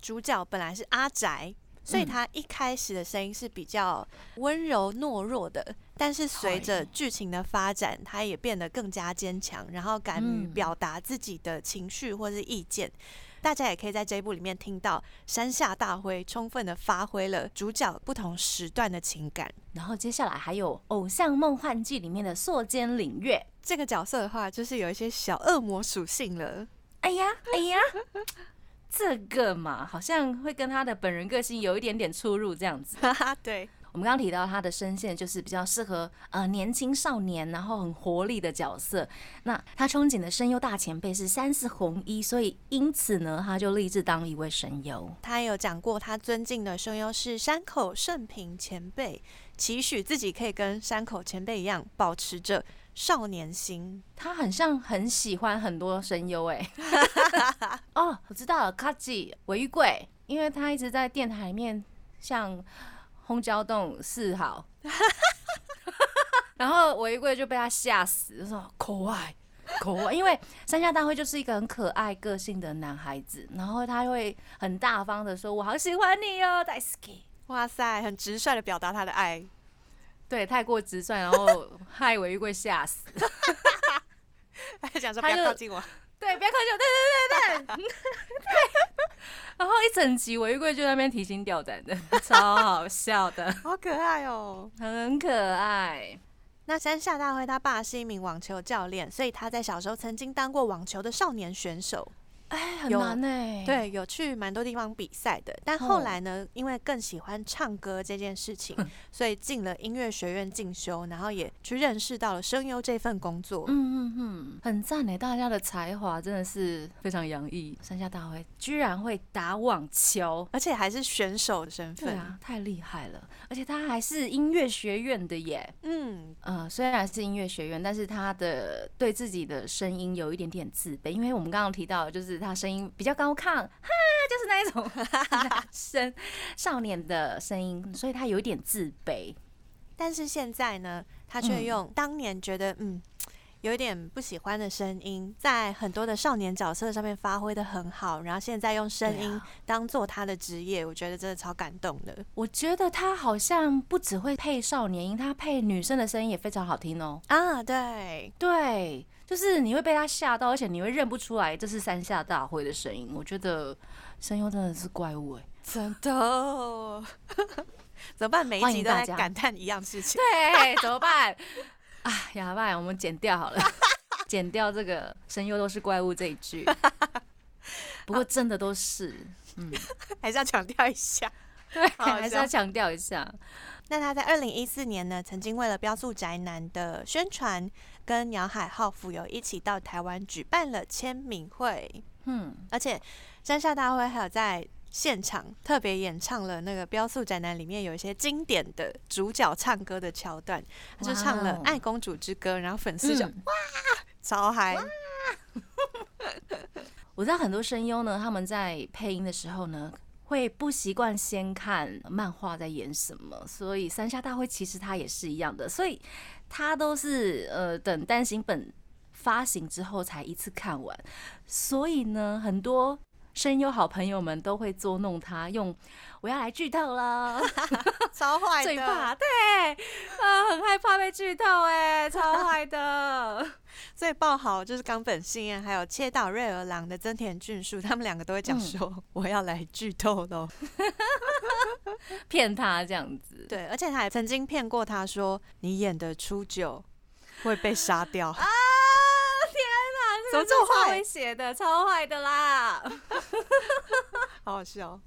Speaker 2: 主角本来是阿宅，所以
Speaker 1: 嗯
Speaker 2: 他一开始的声音是比较温柔懦弱的，但是随着
Speaker 1: 嗨
Speaker 2: 剧情的发展，他也变得更加坚强，然后敢于
Speaker 1: 嗯
Speaker 2: 表达自己的情绪或是意见。大家也可以在这一部里面听到山下大辉充分的发挥了主角不同时段的情感。
Speaker 1: 然后接下来还有《偶像梦幻季》里面的硕间领月。
Speaker 2: 这个角色的话，就是有一些小恶魔属性了。 <laughs>
Speaker 1: 哎呀，哎呀， <laughs> 这个嘛，好像会跟他的本人个性有一点点出入这样子。
Speaker 2: 哈哈，对，
Speaker 1: 我们刚刚提到他的声线就是比较适合呃年轻少年，然后很活力的角色。那他憧憬的声优大前辈是三四红一，所以因此呢，他就立志当一位声优。
Speaker 2: 他有讲过，他尊敬的声优是山口胜平前辈，期许自己可以跟山口前辈一样，保持着少年心，
Speaker 1: 他很像很喜欢很多声优哎。哦，我知道了，卡吉尾玉贵，因为他一直在电台里面像轰焦洞四好，然后尾玉贵就被他吓死，就说可爱可爱，因为山下大辉就是一个很可爱个性的男孩子，然后他会很大方的说：“我好喜欢你哦，大 s k
Speaker 2: 哇塞，很直率的表达他的爱。
Speaker 1: 对，太过直率，然后害尾玉贵吓死。
Speaker 2: 还讲说不
Speaker 1: 他
Speaker 2: 要
Speaker 1: 就
Speaker 2: 靠近我，
Speaker 1: 对，不要靠近我，对对对对对 <laughs> 对。然后一整集，我玉贵就在那边提心吊胆的， <laughs> 超好笑的，
Speaker 2: 好可爱哦。
Speaker 1: 很可爱。
Speaker 2: 那山下大辉他爸是一名网球教练，所以他在小时候曾经当过网球的少年选手，
Speaker 1: 哎，很
Speaker 2: 有
Speaker 1: 难哎、，
Speaker 2: 对，有去蛮多地方比赛的。但
Speaker 1: 哦
Speaker 2: 后来呢，因为更喜欢唱歌这件事情，所以进了音乐学院进修，然后也去认识到了声优这份工作。
Speaker 1: 嗯嗯嗯，很赞哎、大家的才华真的是非常洋溢。山下大辉居然会打网球，
Speaker 2: 而且还是选手的身
Speaker 1: 对
Speaker 2: 份，
Speaker 1: 啊，太厉害了！而且他还是音乐学院的耶，
Speaker 2: 嗯，
Speaker 1: 呃，虽然是音乐学院，但是他的对自己的声音有一点点自卑，因为我们刚刚提到，就是他声音比较高亢，哈，就是那一
Speaker 2: <laughs>
Speaker 1: 种男生少年的声音，所以他有一点自卑。
Speaker 2: 但是现在呢，他
Speaker 1: 嗯
Speaker 2: 却用当年觉得嗯有点不喜欢的声音，在很多的少年角色上面发挥的很好，然后现在用声
Speaker 1: 对
Speaker 2: 音
Speaker 1: 啊
Speaker 2: 当做他的职业，我觉得真的超感动的
Speaker 1: 我觉得他好像不只会配少年音，他配女生的声音也非常好听哦。
Speaker 2: 啊！对，
Speaker 1: 对，就是你会被他吓到，而且你会认不出来这是山下大辉的声音。我觉得声优真的是怪物哎、
Speaker 2: 真的。哦 <laughs> 怎么办？每一
Speaker 1: 欢
Speaker 2: 集
Speaker 1: 迎
Speaker 2: 都
Speaker 1: 大
Speaker 2: 在
Speaker 1: 家
Speaker 2: 感叹一样事情。
Speaker 1: 对，怎么办？啊，哑巴，我们剪掉好了， <laughs> 剪掉这个“声优都是怪物”这一句。不过真的都是，
Speaker 2: 还是要强调一下。
Speaker 1: 对，
Speaker 2: <laughs> 好笑
Speaker 1: 还是要强调一下。
Speaker 2: 那他在二零一四年呢，曾经为了《标注宅男》的宣传，跟鸟海浩辅友一起到台湾举办了签名会，
Speaker 1: 嗯，
Speaker 2: 而且山下大辉还有在。现场特别演唱了那个《标速宅男》里面有一些经典的主角唱歌的桥段，他就唱了
Speaker 1: 哇哦
Speaker 2: 《爱公主之歌》，然后粉丝就、
Speaker 1: 嗯
Speaker 2: 超嗨，
Speaker 1: 我知道很多声优呢，他们在配音的时候呢，会不习惯先看漫画在演什么，所以三下大会其实他也是一样的，所以他都是呃等单行本发行之后才一次看完，所以呢，很多声优好朋友们都会捉弄他，用我要来剧透了，
Speaker 2: 超坏
Speaker 1: 最
Speaker 2: 的，
Speaker 1: 怕对啊、很害怕被剧透哎、超坏的，
Speaker 2: 最爆好就是冈本信彦还有切岛瑞儿郎的增田俊树，他们两个都会讲
Speaker 1: 嗯
Speaker 2: 说、我要来剧透 <laughs> 喽。
Speaker 1: 骗他这样子，
Speaker 2: 对，而且他还曾经骗过他说你演的初九会被杀 <laughs> 掉，
Speaker 1: 啊！天哪，
Speaker 2: 怎么
Speaker 1: 这个真的超
Speaker 2: 这么坏
Speaker 1: 会写的，超坏的啦！
Speaker 2: 好好笑。哦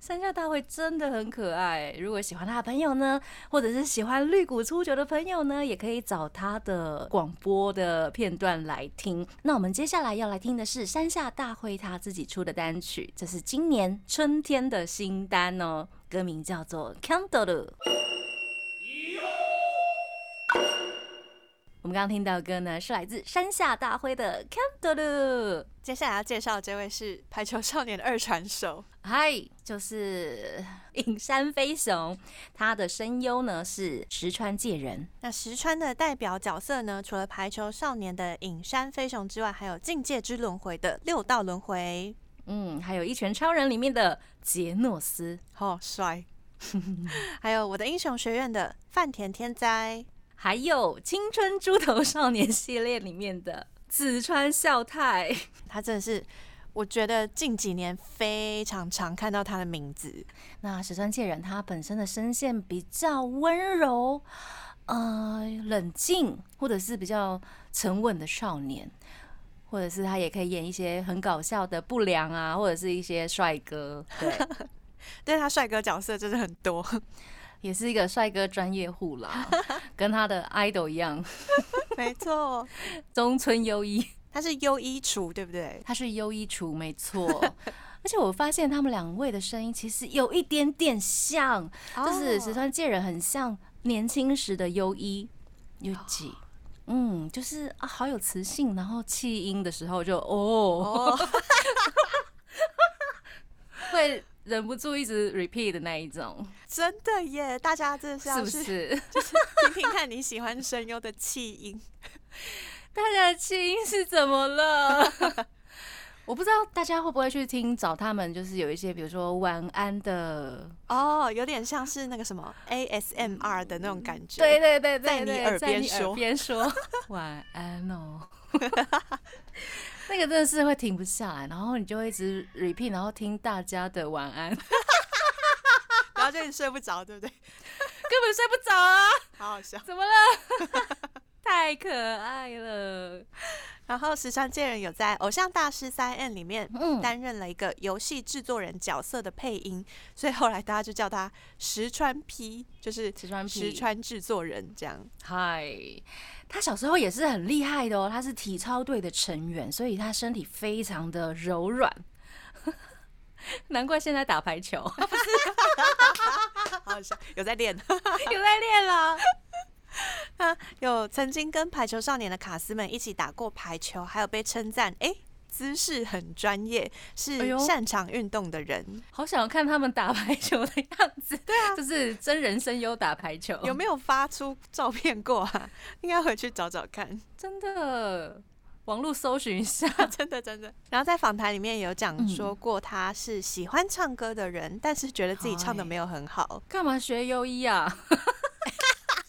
Speaker 1: 山下大会真的很可爱，如果喜欢他的朋友呢，或者是喜欢绿谷初九的朋友呢，也可以找他的广播的片段来听。那我们接下来要来听的是山下大会他自己出的单曲，这是今年春天的新单哦，歌名叫做《Candle》。我们刚刚听到的歌呢，是来自山下大辉的《Candle》。
Speaker 2: 接下来要介绍这位是排球少年的二传手，
Speaker 1: 嗨，就是 <laughs> 影山飞雄，他的声优呢是石川界人。
Speaker 2: 那石川的代表角色呢，除了排球少年的影山飞雄之外，还有境界之轮回的六道轮回，
Speaker 1: 嗯，还有《一拳超人》里面的杰诺斯，
Speaker 2: 好、帅。 <laughs> 还有我的英雄学院的饭田天哉，
Speaker 1: 还有《青春猪头少年》系列里面的紫川孝太。 <laughs>
Speaker 2: 他真的是。我觉得近几年非常常看到他的名字，
Speaker 1: 那石川界人他本身的声线比较温柔，呃，冷静，或者是比较沉稳的少年，或者是他也可以演一些很搞笑的不良啊，或者是一些帅哥。对。
Speaker 2: 对他帅哥角色真的很多。
Speaker 1: 也是一个帅哥专业户 <laughs> 啦，跟他的 idol 一样，
Speaker 2: <laughs> 没错，
Speaker 1: 中村优一，
Speaker 2: <laughs>
Speaker 1: <laughs>
Speaker 2: 他是优衣厨，对不对？
Speaker 1: 他是优一厨，没 <laughs> 错。而且我发现他们两位的声音其实有一点点像，
Speaker 2: 哦
Speaker 1: 哦就是石川界人很像年轻时的优一、优吉，嗯，就是啊，好有磁性，然后气音的时候就哦，
Speaker 2: 哦， <laughs>
Speaker 1: 会忍不住一直 repeat 的那一种，
Speaker 2: 真的耶！大家真的是
Speaker 1: 是
Speaker 2: 要
Speaker 1: 不
Speaker 2: 去
Speaker 1: 是？
Speaker 2: <laughs> 听听看你喜欢声优的气音，
Speaker 1: 大家的气音是怎么了？ <laughs> 我不知道大家会不会去听找他们，就是有一些比如说晚安的，
Speaker 2: 哦，有点像是那个什么 ASMR 的那种感觉。
Speaker 1: 对，对对对
Speaker 2: 在你
Speaker 1: 对，
Speaker 2: 耳
Speaker 1: 在
Speaker 2: 边
Speaker 1: 你耳
Speaker 2: 说
Speaker 1: 边 <laughs> 说晚安哦。 <laughs> 那个真的是会停不下来，然后你就会一直 repeat，然后听大家的晚 <laughs> 安，根
Speaker 2: 然后就一直睡不着，对不对？
Speaker 1: 本睡不着啊！
Speaker 2: 好好笑。
Speaker 1: <laughs> 怎么了？ <laughs> 太可爱了。
Speaker 2: 然后石川健人有在《偶像大师三 N》里面
Speaker 1: 嗯
Speaker 2: 担任了一个游戏制作人角色的配音， <laughs> 所以后来大家就叫他石川 P，就是
Speaker 1: 石川 P
Speaker 2: 石川制作人
Speaker 1: <laughs>
Speaker 2: 这样。
Speaker 1: 嗨，他小时候也是很厉害的哦，他是体操队的成员，所以他身体非常的柔软， <laughs> 难怪现在打排 <laughs> 球
Speaker 2: 好好笑，有在练。 <laughs>
Speaker 1: 有在练了。
Speaker 2: 他有曾经跟排球少年的卡斯们一起打过排球，还有被称赞，哎、姿势很专业，
Speaker 1: 哎
Speaker 2: 是
Speaker 1: 呦
Speaker 2: 擅长运动的人。
Speaker 1: 好想看他们打排球的样子，对啊，就是真人声优打排球，
Speaker 2: 有没有发出照片过啊？ <laughs> 应该回去找找看，
Speaker 1: 真的？网络搜寻一下，
Speaker 2: <laughs> 真的真的。然后在访谈里面也有讲
Speaker 1: 嗯
Speaker 2: 说过，他是喜欢唱歌的人，但是觉得自己唱的没有很好。
Speaker 1: <laughs> 干嘛学优一啊？ <laughs> 哦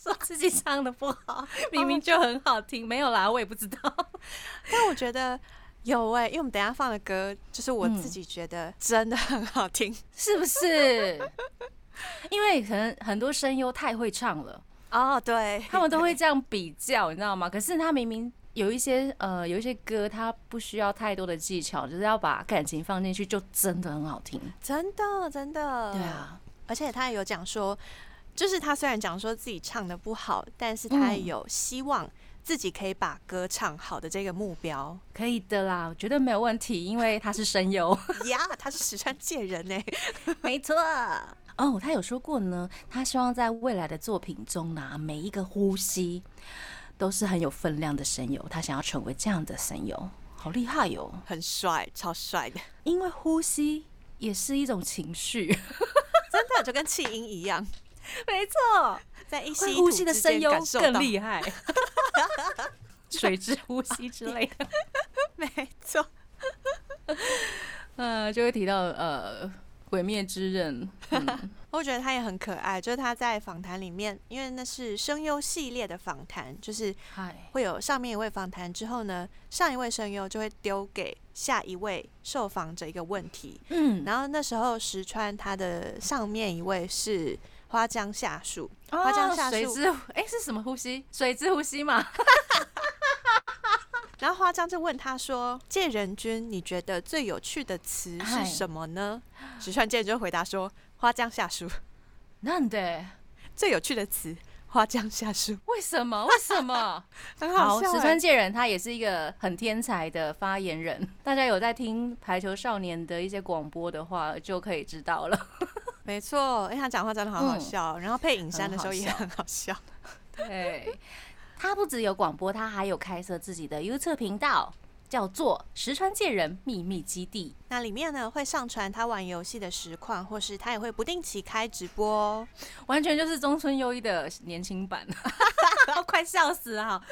Speaker 1: 说自己唱的不好，明明就很好听，没有啦，我也不知道。
Speaker 2: 但我觉得有哎、因为我们等一下放的歌，就是我
Speaker 1: 嗯
Speaker 2: 自己觉得真的很好听
Speaker 1: 是不是？ <laughs> 因为可能很多声优太会唱了，
Speaker 2: 哦。对，
Speaker 1: 他们都会这样比较，你知道吗？可是他明明有一些呃，有一些歌，他不需要太多的技巧，就是要把感情放进去，就真的很好听。
Speaker 2: 真的真的，
Speaker 1: 对。啊，
Speaker 2: 而且他也有讲说，就是他虽然讲说自己唱的不好，但是他也
Speaker 1: 嗯
Speaker 2: 有希望自己可以把歌唱好的这个目标。 <laughs>
Speaker 1: 可以的啦，我觉得没有问题，因为他是声优。
Speaker 2: 呀、他是石川界人欸呢、
Speaker 1: <laughs> 没错。哦，他有说过呢，他希望在未来的作品中呢、每一个呼吸都是很有分量的声优，他想要成为这样的声优，好厉害哦哟、
Speaker 2: 很帅，超帅的，
Speaker 1: 因为呼吸也是一种情绪，
Speaker 2: 真的就跟气音一样，
Speaker 1: 没错，
Speaker 2: 在一
Speaker 1: <laughs>
Speaker 2: 吸
Speaker 1: 会
Speaker 2: 一
Speaker 1: 呼
Speaker 2: 吐
Speaker 1: 吸的
Speaker 2: 之
Speaker 1: 声
Speaker 2: 间
Speaker 1: 优
Speaker 2: 感受
Speaker 1: 更
Speaker 2: 到 <laughs>
Speaker 1: 厉 <laughs> 害，水之呼吸之类 <laughs> 的，
Speaker 2: 没错，
Speaker 1: 呃，就会提到呃《鬼灭之刃》嗯
Speaker 2: 我觉得他也很可爱，就是他在访谈里面，因为那是声优系列的访谈，就是
Speaker 1: 嗨，
Speaker 2: 会有上面一位访谈之后呢，上一位声优就会丢给下一位受访者一个问题，
Speaker 1: 嗯，
Speaker 2: 然后那时候石川他的上面一位是花江夏树，花江夏
Speaker 1: 水
Speaker 2: 树，
Speaker 1: 之哎、是什么呼吸？水之呼吸嘛，
Speaker 2: 然后花江就问他说：“介仁君，你觉得最有趣的词
Speaker 1: 嗨
Speaker 2: 是什么呢？”石川介人就回答说：“花江夏树，
Speaker 1: なんで？
Speaker 2: 最有趣的词，花江夏树，
Speaker 1: 为什么？为什么？
Speaker 2: 很
Speaker 1: <laughs> 好，
Speaker 2: 好
Speaker 1: 石
Speaker 2: 笑、
Speaker 1: 川
Speaker 2: 欸。”
Speaker 1: 界人他也是一个很天才的发言人，大家有在听排球少年的一些广播的话，就可以知道了。
Speaker 2: 没错，因为他讲话真的好好笑，然后配影山的时候也
Speaker 1: 嗯很
Speaker 2: 很好笑。
Speaker 1: 对，他不只有广播，他还有开设自己的 YouTube 频道，叫做“石川界人秘密基地
Speaker 2: 那里面呢会上传他玩游戏的实况，或是他也会不定期开直播哦。”，
Speaker 1: 完全就是中村优一的年轻版， <laughs> 快笑死了！好，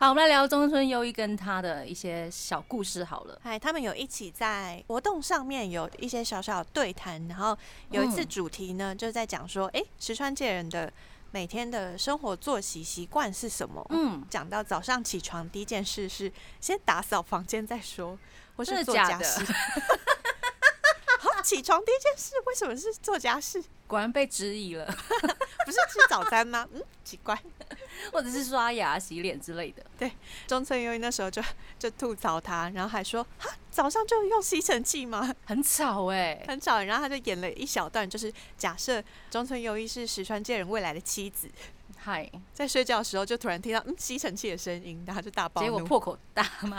Speaker 1: 好，我们来聊中村优一跟他的一些小故事好了。
Speaker 2: 哎，他们有一起在活动上面有一些小小的对谈，然后有一次
Speaker 1: 嗯
Speaker 2: 主题呢，就在讲说，哎、石川界人的每天的生活作息习惯是什么？
Speaker 1: 嗯，
Speaker 2: 讲到早上起床第一件事是先打扫房间再说，或
Speaker 1: 真
Speaker 2: 是
Speaker 1: 的
Speaker 2: 做
Speaker 1: 假
Speaker 2: 家
Speaker 1: 的
Speaker 2: 事。 <laughs> 好，起床第一件事为什么是做家事？
Speaker 1: 果然被质疑了，
Speaker 2: 不是吃早餐吗？ <laughs> 嗯，奇怪。
Speaker 1: 或者是刷牙、洗脸之类的。
Speaker 2: 中村优一那时候就就吐槽他，然后还说哈，早上就用吸尘器吗？
Speaker 1: <laughs> 很吵哎、
Speaker 2: 很吵，然后他就演了一小段，就是假设中村优一是石川界人未来的妻子，
Speaker 1: 嗨，
Speaker 2: 在睡觉的时候就突然听到嗯吸尘器的声音，然后就大暴
Speaker 1: 结果
Speaker 2: 怒。
Speaker 1: 破口大骂。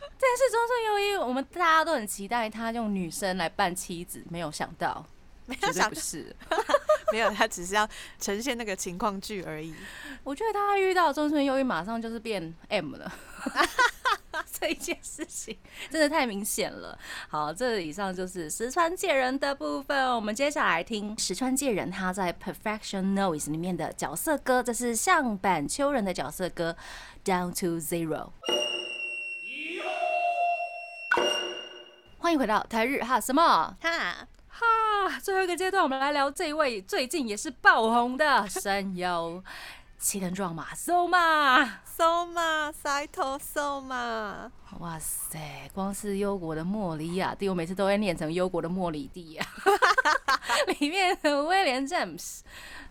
Speaker 1: 但是中村优一，我们大家都很期待他用女生来扮妻子，没有想到，
Speaker 2: 没有
Speaker 1: 绝对
Speaker 2: 想
Speaker 1: 不是，
Speaker 2: 没有，他只是要呈现那个情况剧而已。
Speaker 1: 我觉得他遇到中村优一，马上就是变 M 了。这一件事情真的太明显了。好，这以上就是石川界人的部分。我们接下来听石川界人他在《Perfection Noise》里面的角色歌，这是相板秋人的角色歌《Down to Zero》。欢迎回到台日哈什么
Speaker 2: 哈，
Speaker 1: 哈？最后一个阶段，我们来聊这一位最近也是爆红的声优七人壮马 So 马。
Speaker 2: 搜嘛，塞头搜嘛，
Speaker 1: 哇塞，光是忧国的莫里亚蒂，我每次都会念成忧国的莫里蒂啊。 <laughs> 里面的威廉 James，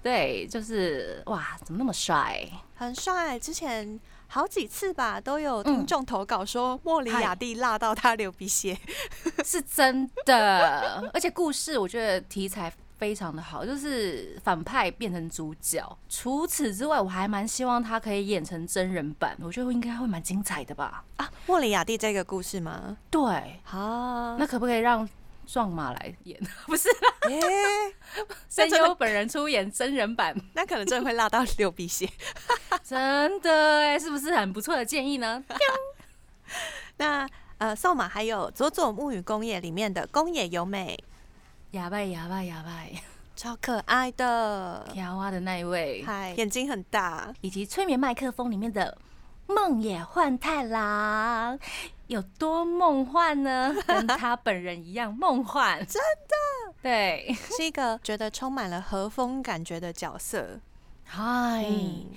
Speaker 1: 对，就是哇，怎么那么帅？
Speaker 2: 很帅。之前好几次吧，都有听众投稿说莫里亚蒂辣到他流鼻血。
Speaker 1: <laughs> 是真的，而且故事我觉得题材非常的好，就是反派变成主角。除此之外，我还蛮希望他可以演成真人版，我觉得应该会蛮精彩的吧。
Speaker 2: 啊，莫里亚蒂这个故事吗？
Speaker 1: 对，
Speaker 2: 啊，
Speaker 1: 那可不可以让壮马来演？不 <laughs> 是，
Speaker 2: <laughs> 诶、
Speaker 1: 声
Speaker 2: 真的
Speaker 1: 优本人出演真人版。
Speaker 2: 那可能真的会辣到流鼻血。
Speaker 1: <laughs>
Speaker 2: <laughs>
Speaker 1: 真的哎，是不是很不错的建议呢？
Speaker 2: 那呃，扫码还有《佐佐木与宫野》里面的宫野由美，
Speaker 1: <laughs> 哑巴哑巴哑巴，
Speaker 2: 超可爱的，
Speaker 1: 哑巴的那一位，
Speaker 2: 嗨，眼睛很大，
Speaker 1: 以及催眠麦克风里面的梦野幻太郎，有多梦幻 <laughs> 呢？跟他本人一样梦幻，真的。对，
Speaker 2: 是一个觉得充满了和风感觉的角色。
Speaker 1: 嗨，
Speaker 2: 嗯，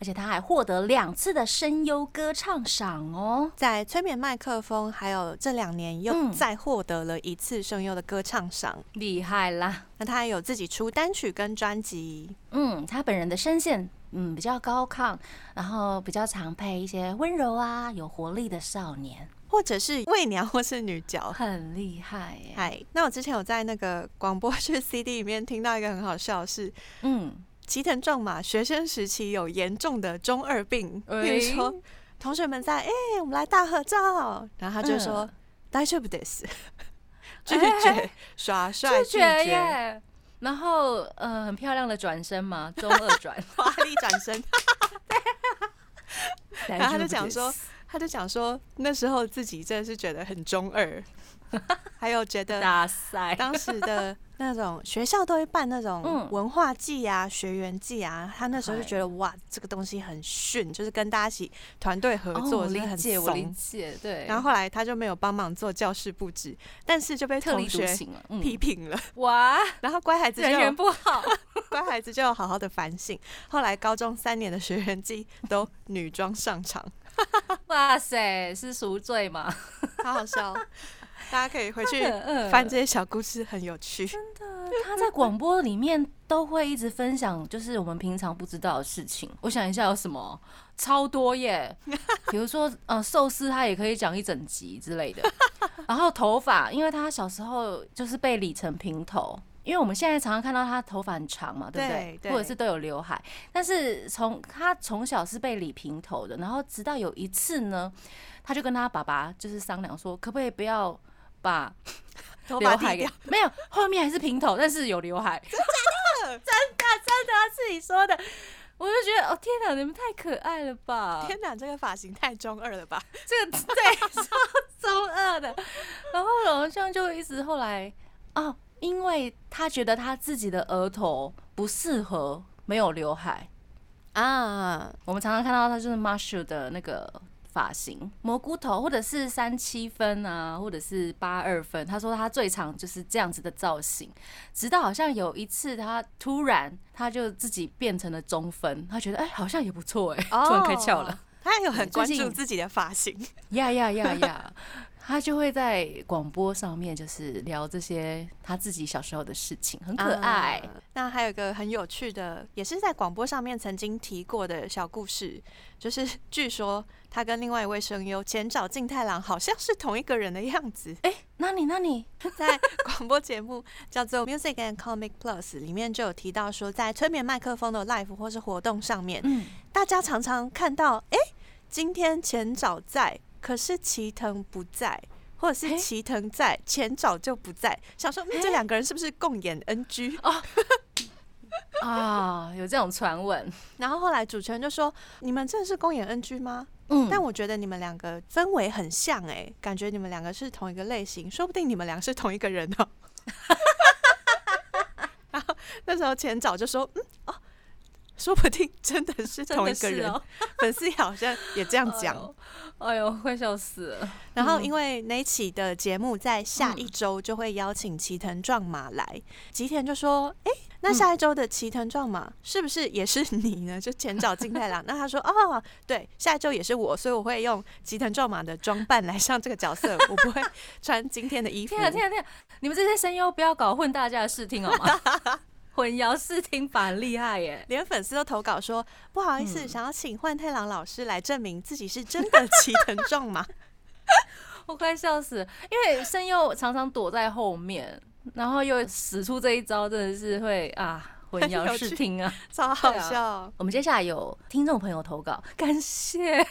Speaker 1: 而且他还获得两次的声优歌唱赏哦。
Speaker 2: 在催眠麦克风，还有这两年又
Speaker 1: 嗯
Speaker 2: 再获得了一次声优的歌唱赏。
Speaker 1: 厉害啦！
Speaker 2: 那他还有自己出单曲跟专辑，
Speaker 1: 嗯，他本人的声线嗯比较高亢，然后比较常配一些温柔啊、有活力的少年。
Speaker 2: 或者是媚娘或是女角。
Speaker 1: 很厉害耶。
Speaker 2: 嗨，那我之前有在那个广播剧 <laughs> CD 里面听到一个很好笑的事，
Speaker 1: 嗯，
Speaker 2: 齐藤壮马学生时期有严重的中二病，
Speaker 1: 哎
Speaker 2: 比如说同学们在哎、我们来大合照，然后他就说
Speaker 1: 嗯
Speaker 2: 大丈夫です，拒
Speaker 1: 哎
Speaker 2: 绝耍帅，
Speaker 1: 拒
Speaker 2: 拒绝
Speaker 1: 绝耶。然后呃，很漂亮的转身嘛，中二 <laughs> 转。
Speaker 2: 华丽转身，
Speaker 1: <laughs>
Speaker 2: 然后他就讲说，他就讲说那时候自己真的是觉得很中
Speaker 1: <laughs>
Speaker 2: 二，还有觉得
Speaker 1: 大赛，
Speaker 2: 呃当时的那种学校都会办那种
Speaker 1: 嗯
Speaker 2: 文化祭啊、学员祭啊，他那时候就
Speaker 1: 嗨
Speaker 2: 觉得哇，这个东西很逊，就是跟大家一起团队合
Speaker 1: 哦
Speaker 2: 作
Speaker 1: 我
Speaker 2: 是
Speaker 1: 理
Speaker 2: 很
Speaker 1: 解，我理
Speaker 2: 怂
Speaker 1: 解，对。
Speaker 2: 然后后来他就没有帮忙做教室布置，但是就被
Speaker 1: 特
Speaker 2: 同
Speaker 1: 立独
Speaker 2: 学
Speaker 1: 行了，嗯
Speaker 2: 批评了。 <laughs>
Speaker 1: 哇，
Speaker 2: 然后乖孩子就
Speaker 1: 人缘不好， <laughs>
Speaker 2: 乖孩子就有好好的反省。后来高中三年的学员季都女装上场，
Speaker 1: 哇塞，是赎罪嘛？
Speaker 2: 好好笑哦、大家可以回去
Speaker 1: <laughs> 嗯
Speaker 2: 翻这些小故事，很有趣。 <laughs>
Speaker 1: 他在广播里面都会一直分享，就是我们平常不知道的事情。我想一下有什么，超多
Speaker 2: <laughs>
Speaker 1: 耶，比如说呃寿司，他也可以讲一整集之类的。 <laughs> 然后头发，因为他小时候就是被理成平头。因为我们现在常常看到他头发很长嘛，对不
Speaker 2: 对
Speaker 1: 对？
Speaker 2: 对
Speaker 1: 或者是都有刘海，但是从他从小是被理平头的，然后直到有一次呢，他就跟他爸爸就是商量说，可不可以不要把
Speaker 2: 头
Speaker 1: 刘
Speaker 2: 发
Speaker 1: 海给
Speaker 2: 剃掉，
Speaker 1: 没有，后面还是平头，但是有刘海，真的， <laughs> 真的，真的，他自己说的。我就觉得，哦天哪，你们太可爱了吧！
Speaker 2: 天哪，这个发型太中二了
Speaker 1: <laughs>
Speaker 2: 吧？
Speaker 1: 这个对超中二的。然后老王兄就一直后来哦，因为他觉得他自己的额头不适合没有刘海，
Speaker 2: 啊，
Speaker 1: 我们常常看到他就是 Marshall 的那个发型，蘑菇头或者是三七分啊，或者是八二分。他说他最常就是这样子的造型，直到好像有一次他突然他就自己变成了中分，他觉得哎、好像也不错
Speaker 2: <laughs>
Speaker 1: 哎、突然开窍了，。
Speaker 2: 哦
Speaker 1: 嗯
Speaker 2: 他有很
Speaker 1: 对最
Speaker 2: 关注
Speaker 1: 近
Speaker 2: 自己的发型，
Speaker 1: <laughs> 呀呀呀呀！他就会在广播上面就是聊这些他自己小时候的事情，很可爱。。
Speaker 2: 啊那还有一个很有趣的，也是在广播上面曾经提过的小故事，就是 <laughs> 据说他跟另外一位声优前找静太郎好像是同一个人的样子 <laughs>
Speaker 1: 哎、那你那你
Speaker 2: 在广播节目叫做《Music and Comic Plus》里面就有提到说，在催眠麦克风的 live 或是活动上面，
Speaker 1: 嗯，
Speaker 2: 大家常常看到，哎、今天前早在，可是齐藤不在。或者是
Speaker 1: 诶
Speaker 2: 齐藤
Speaker 1: 哦
Speaker 2: 在，前早就不在，想说、嗯、这两个人是不是共演 NG？
Speaker 1: 啊，有这种传闻，
Speaker 2: 然后后来主持人就说：“你们真的是公演 NG 吗？”
Speaker 1: 嗯
Speaker 2: 但我觉得你们两个氛围很像哎、感觉你们两个是同一个类型，说不定你们俩是同一个人哦、 <laughs> 然后那时候前早就说：“嗯哦，说不定真的是
Speaker 1: 真
Speaker 2: 同一
Speaker 1: 的
Speaker 2: 个
Speaker 1: 是
Speaker 2: 人。
Speaker 1: 哦，
Speaker 2: <laughs> 粉丝也好像也这样讲。
Speaker 1: 哎呦，快笑死了。
Speaker 2: 然后，
Speaker 1: 嗯
Speaker 2: 因为那一期的节目在下一周就会邀请齐藤壮马来，吉田就说：“哎、
Speaker 1: 嗯
Speaker 2: 那下一周的齐藤壮马是不是也是你呢？”就 <laughs> 前找金太郎，那他说：“哦，对，下一周也是我，所以我会用齐藤壮马的装扮来上这个角色， <laughs> 我不会穿今天的衣服。”
Speaker 1: 天啊天啊天啊！你们这些声优不要搞混大家的视听好吗？ <laughs> 混淆视听法很厉害耶！
Speaker 2: 连粉丝都投稿说：“不好意思，
Speaker 1: 嗯
Speaker 2: 想要请幻太郎老师来证明自己是真的齐藤壮马。” <laughs>
Speaker 1: 我快笑死了，因为声优常常躲在后面，然后又使出这一招，真的是会 <laughs> 啊混淆视听啊！
Speaker 2: 超好
Speaker 1: 对啊
Speaker 2: 笑。
Speaker 1: 我们接下来有听众朋友投稿，感 <laughs> 谢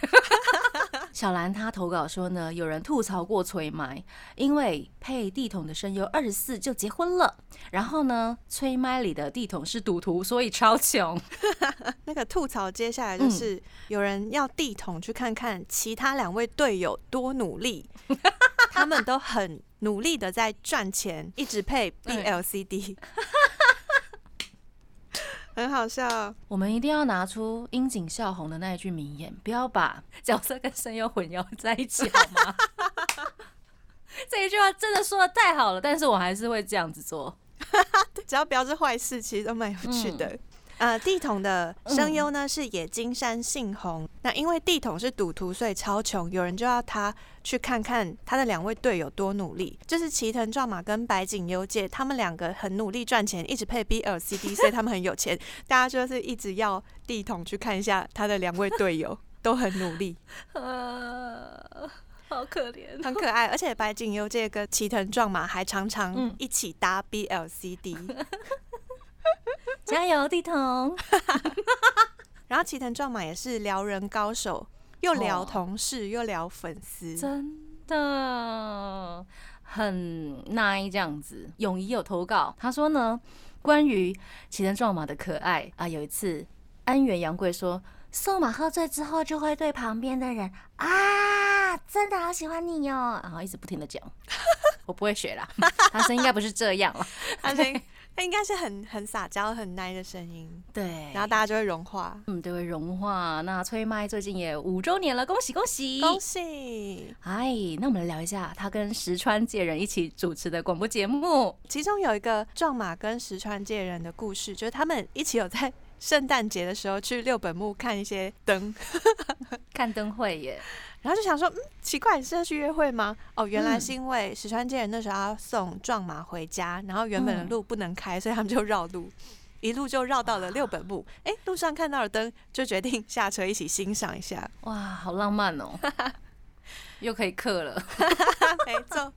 Speaker 1: 小兰。她投稿说呢，有人吐槽过催麦，因为配地桶的声优二十四就结婚了，然后呢，催麦里的地桶是赌徒，所以超穷。
Speaker 2: 那个吐槽接下来就是有人要地桶去看看其他两位队友多努力，他们都很努力的在赚钱，一直配
Speaker 1: 对
Speaker 2: BLCD，很好笑。哦
Speaker 1: 我们一定要拿出樱井孝宏的那一句名言，不要把角色跟声优混淆在一起，好 <laughs> 吗？这一句话真的说的太好了，但是我还是会这样子做。
Speaker 2: 只要不要是坏事，其实都蛮有趣的。呃，地桶的声优呢是野金山信宏。那因为地桶是赌徒，所以超穷，有人就要他去看看他的两位队友多努力。就是齐藤壮马跟白井优介，他们两个很努力赚钱，一直配 BLCD，所以他们很有钱。 <laughs> 大家就是一直要地桶去看一下他的两位队友。都很努力，
Speaker 1: <laughs> 呃，好可怜。
Speaker 2: 很可爱，而且白井优介跟齐藤壮马还常常
Speaker 1: 嗯
Speaker 2: 一起搭 BLCD，、
Speaker 1: 加油，地童。
Speaker 2: 然后齐藤壮马也是撩人高手，又聊
Speaker 1: 哦
Speaker 2: 同事，又聊粉丝，
Speaker 1: 真的很 nice 这样子。泳仪有投稿，他说呢，关于骑人撞马的可爱啊，有一次安源杨贵说。瘦马喝醉之后就会对旁边的人啊，真的好喜欢你哟、然后一直不停的讲， <laughs> 我不会学啦， <laughs> 他声音应该不是这样了。
Speaker 2: 他声音他应该是很很撒娇、很奶的声音，
Speaker 1: 对，
Speaker 2: 然后大家就会融化。
Speaker 1: 嗯，对，会融化。那崔麦最近也五周年了，恭喜恭喜！
Speaker 2: 恭喜！
Speaker 1: 哎，那我们来聊一下他跟石川界人一起主持的广播节目。
Speaker 2: 其中有一个壮马跟石川界人的故事，就是他们一起有在圣诞节的时候去六本木看一些灯，
Speaker 1: 看灯会耶，
Speaker 2: 然后就想说，嗯，奇怪，你是要去约会吗？哦，原来
Speaker 1: 嗯
Speaker 2: 是因为石川界人那时候要送壮马回家，然后原本的
Speaker 1: 嗯
Speaker 2: 路不能开，所以他们就绕路， <laughs> 一路就绕到了六本木。哎、路上看到了灯，就决定下车一起欣赏
Speaker 1: <laughs>
Speaker 2: 一下。
Speaker 1: 哇，好浪漫哦， <laughs> 又可以刻了，
Speaker 2: 没错。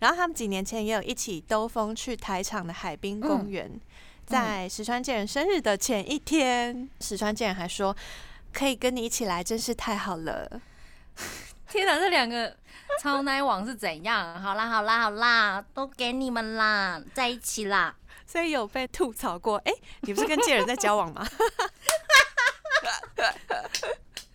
Speaker 2: 然后他们几年前也有一起兜风去台场的海
Speaker 1: 嗯
Speaker 2: 滨公园，在石川健人生日的前一天，石川健人还说。可以跟你一起来，真是太好了。
Speaker 1: <laughs> 天哪，这两个超奶网是怎样？好啦，好啦，好啦，都给你们啦，在一起啦。
Speaker 2: 所以有被吐槽过，哎、你不是跟健人在交往吗？ <laughs>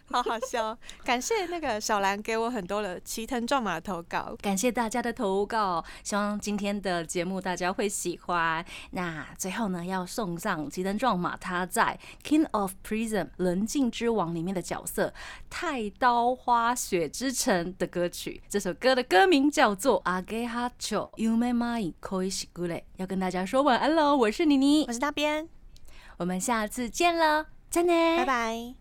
Speaker 2: 好好笑哦，感谢那个小兰给我很多了齐藤壮马的投稿。
Speaker 1: 感谢大家的投稿，希望今天的节目大家会喜欢。那最后呢，要送上吉登壮马他在《King of Prison》人境之王里面的角色太刀花雪之城的歌曲。这首歌的歌名叫做《阿给哈丘 u m e m a i Koi s h i g u r e 要跟大家说晚安喽，我是妮妮
Speaker 2: 我，是那边，
Speaker 1: 我们下次见喽，再见，
Speaker 2: 拜拜。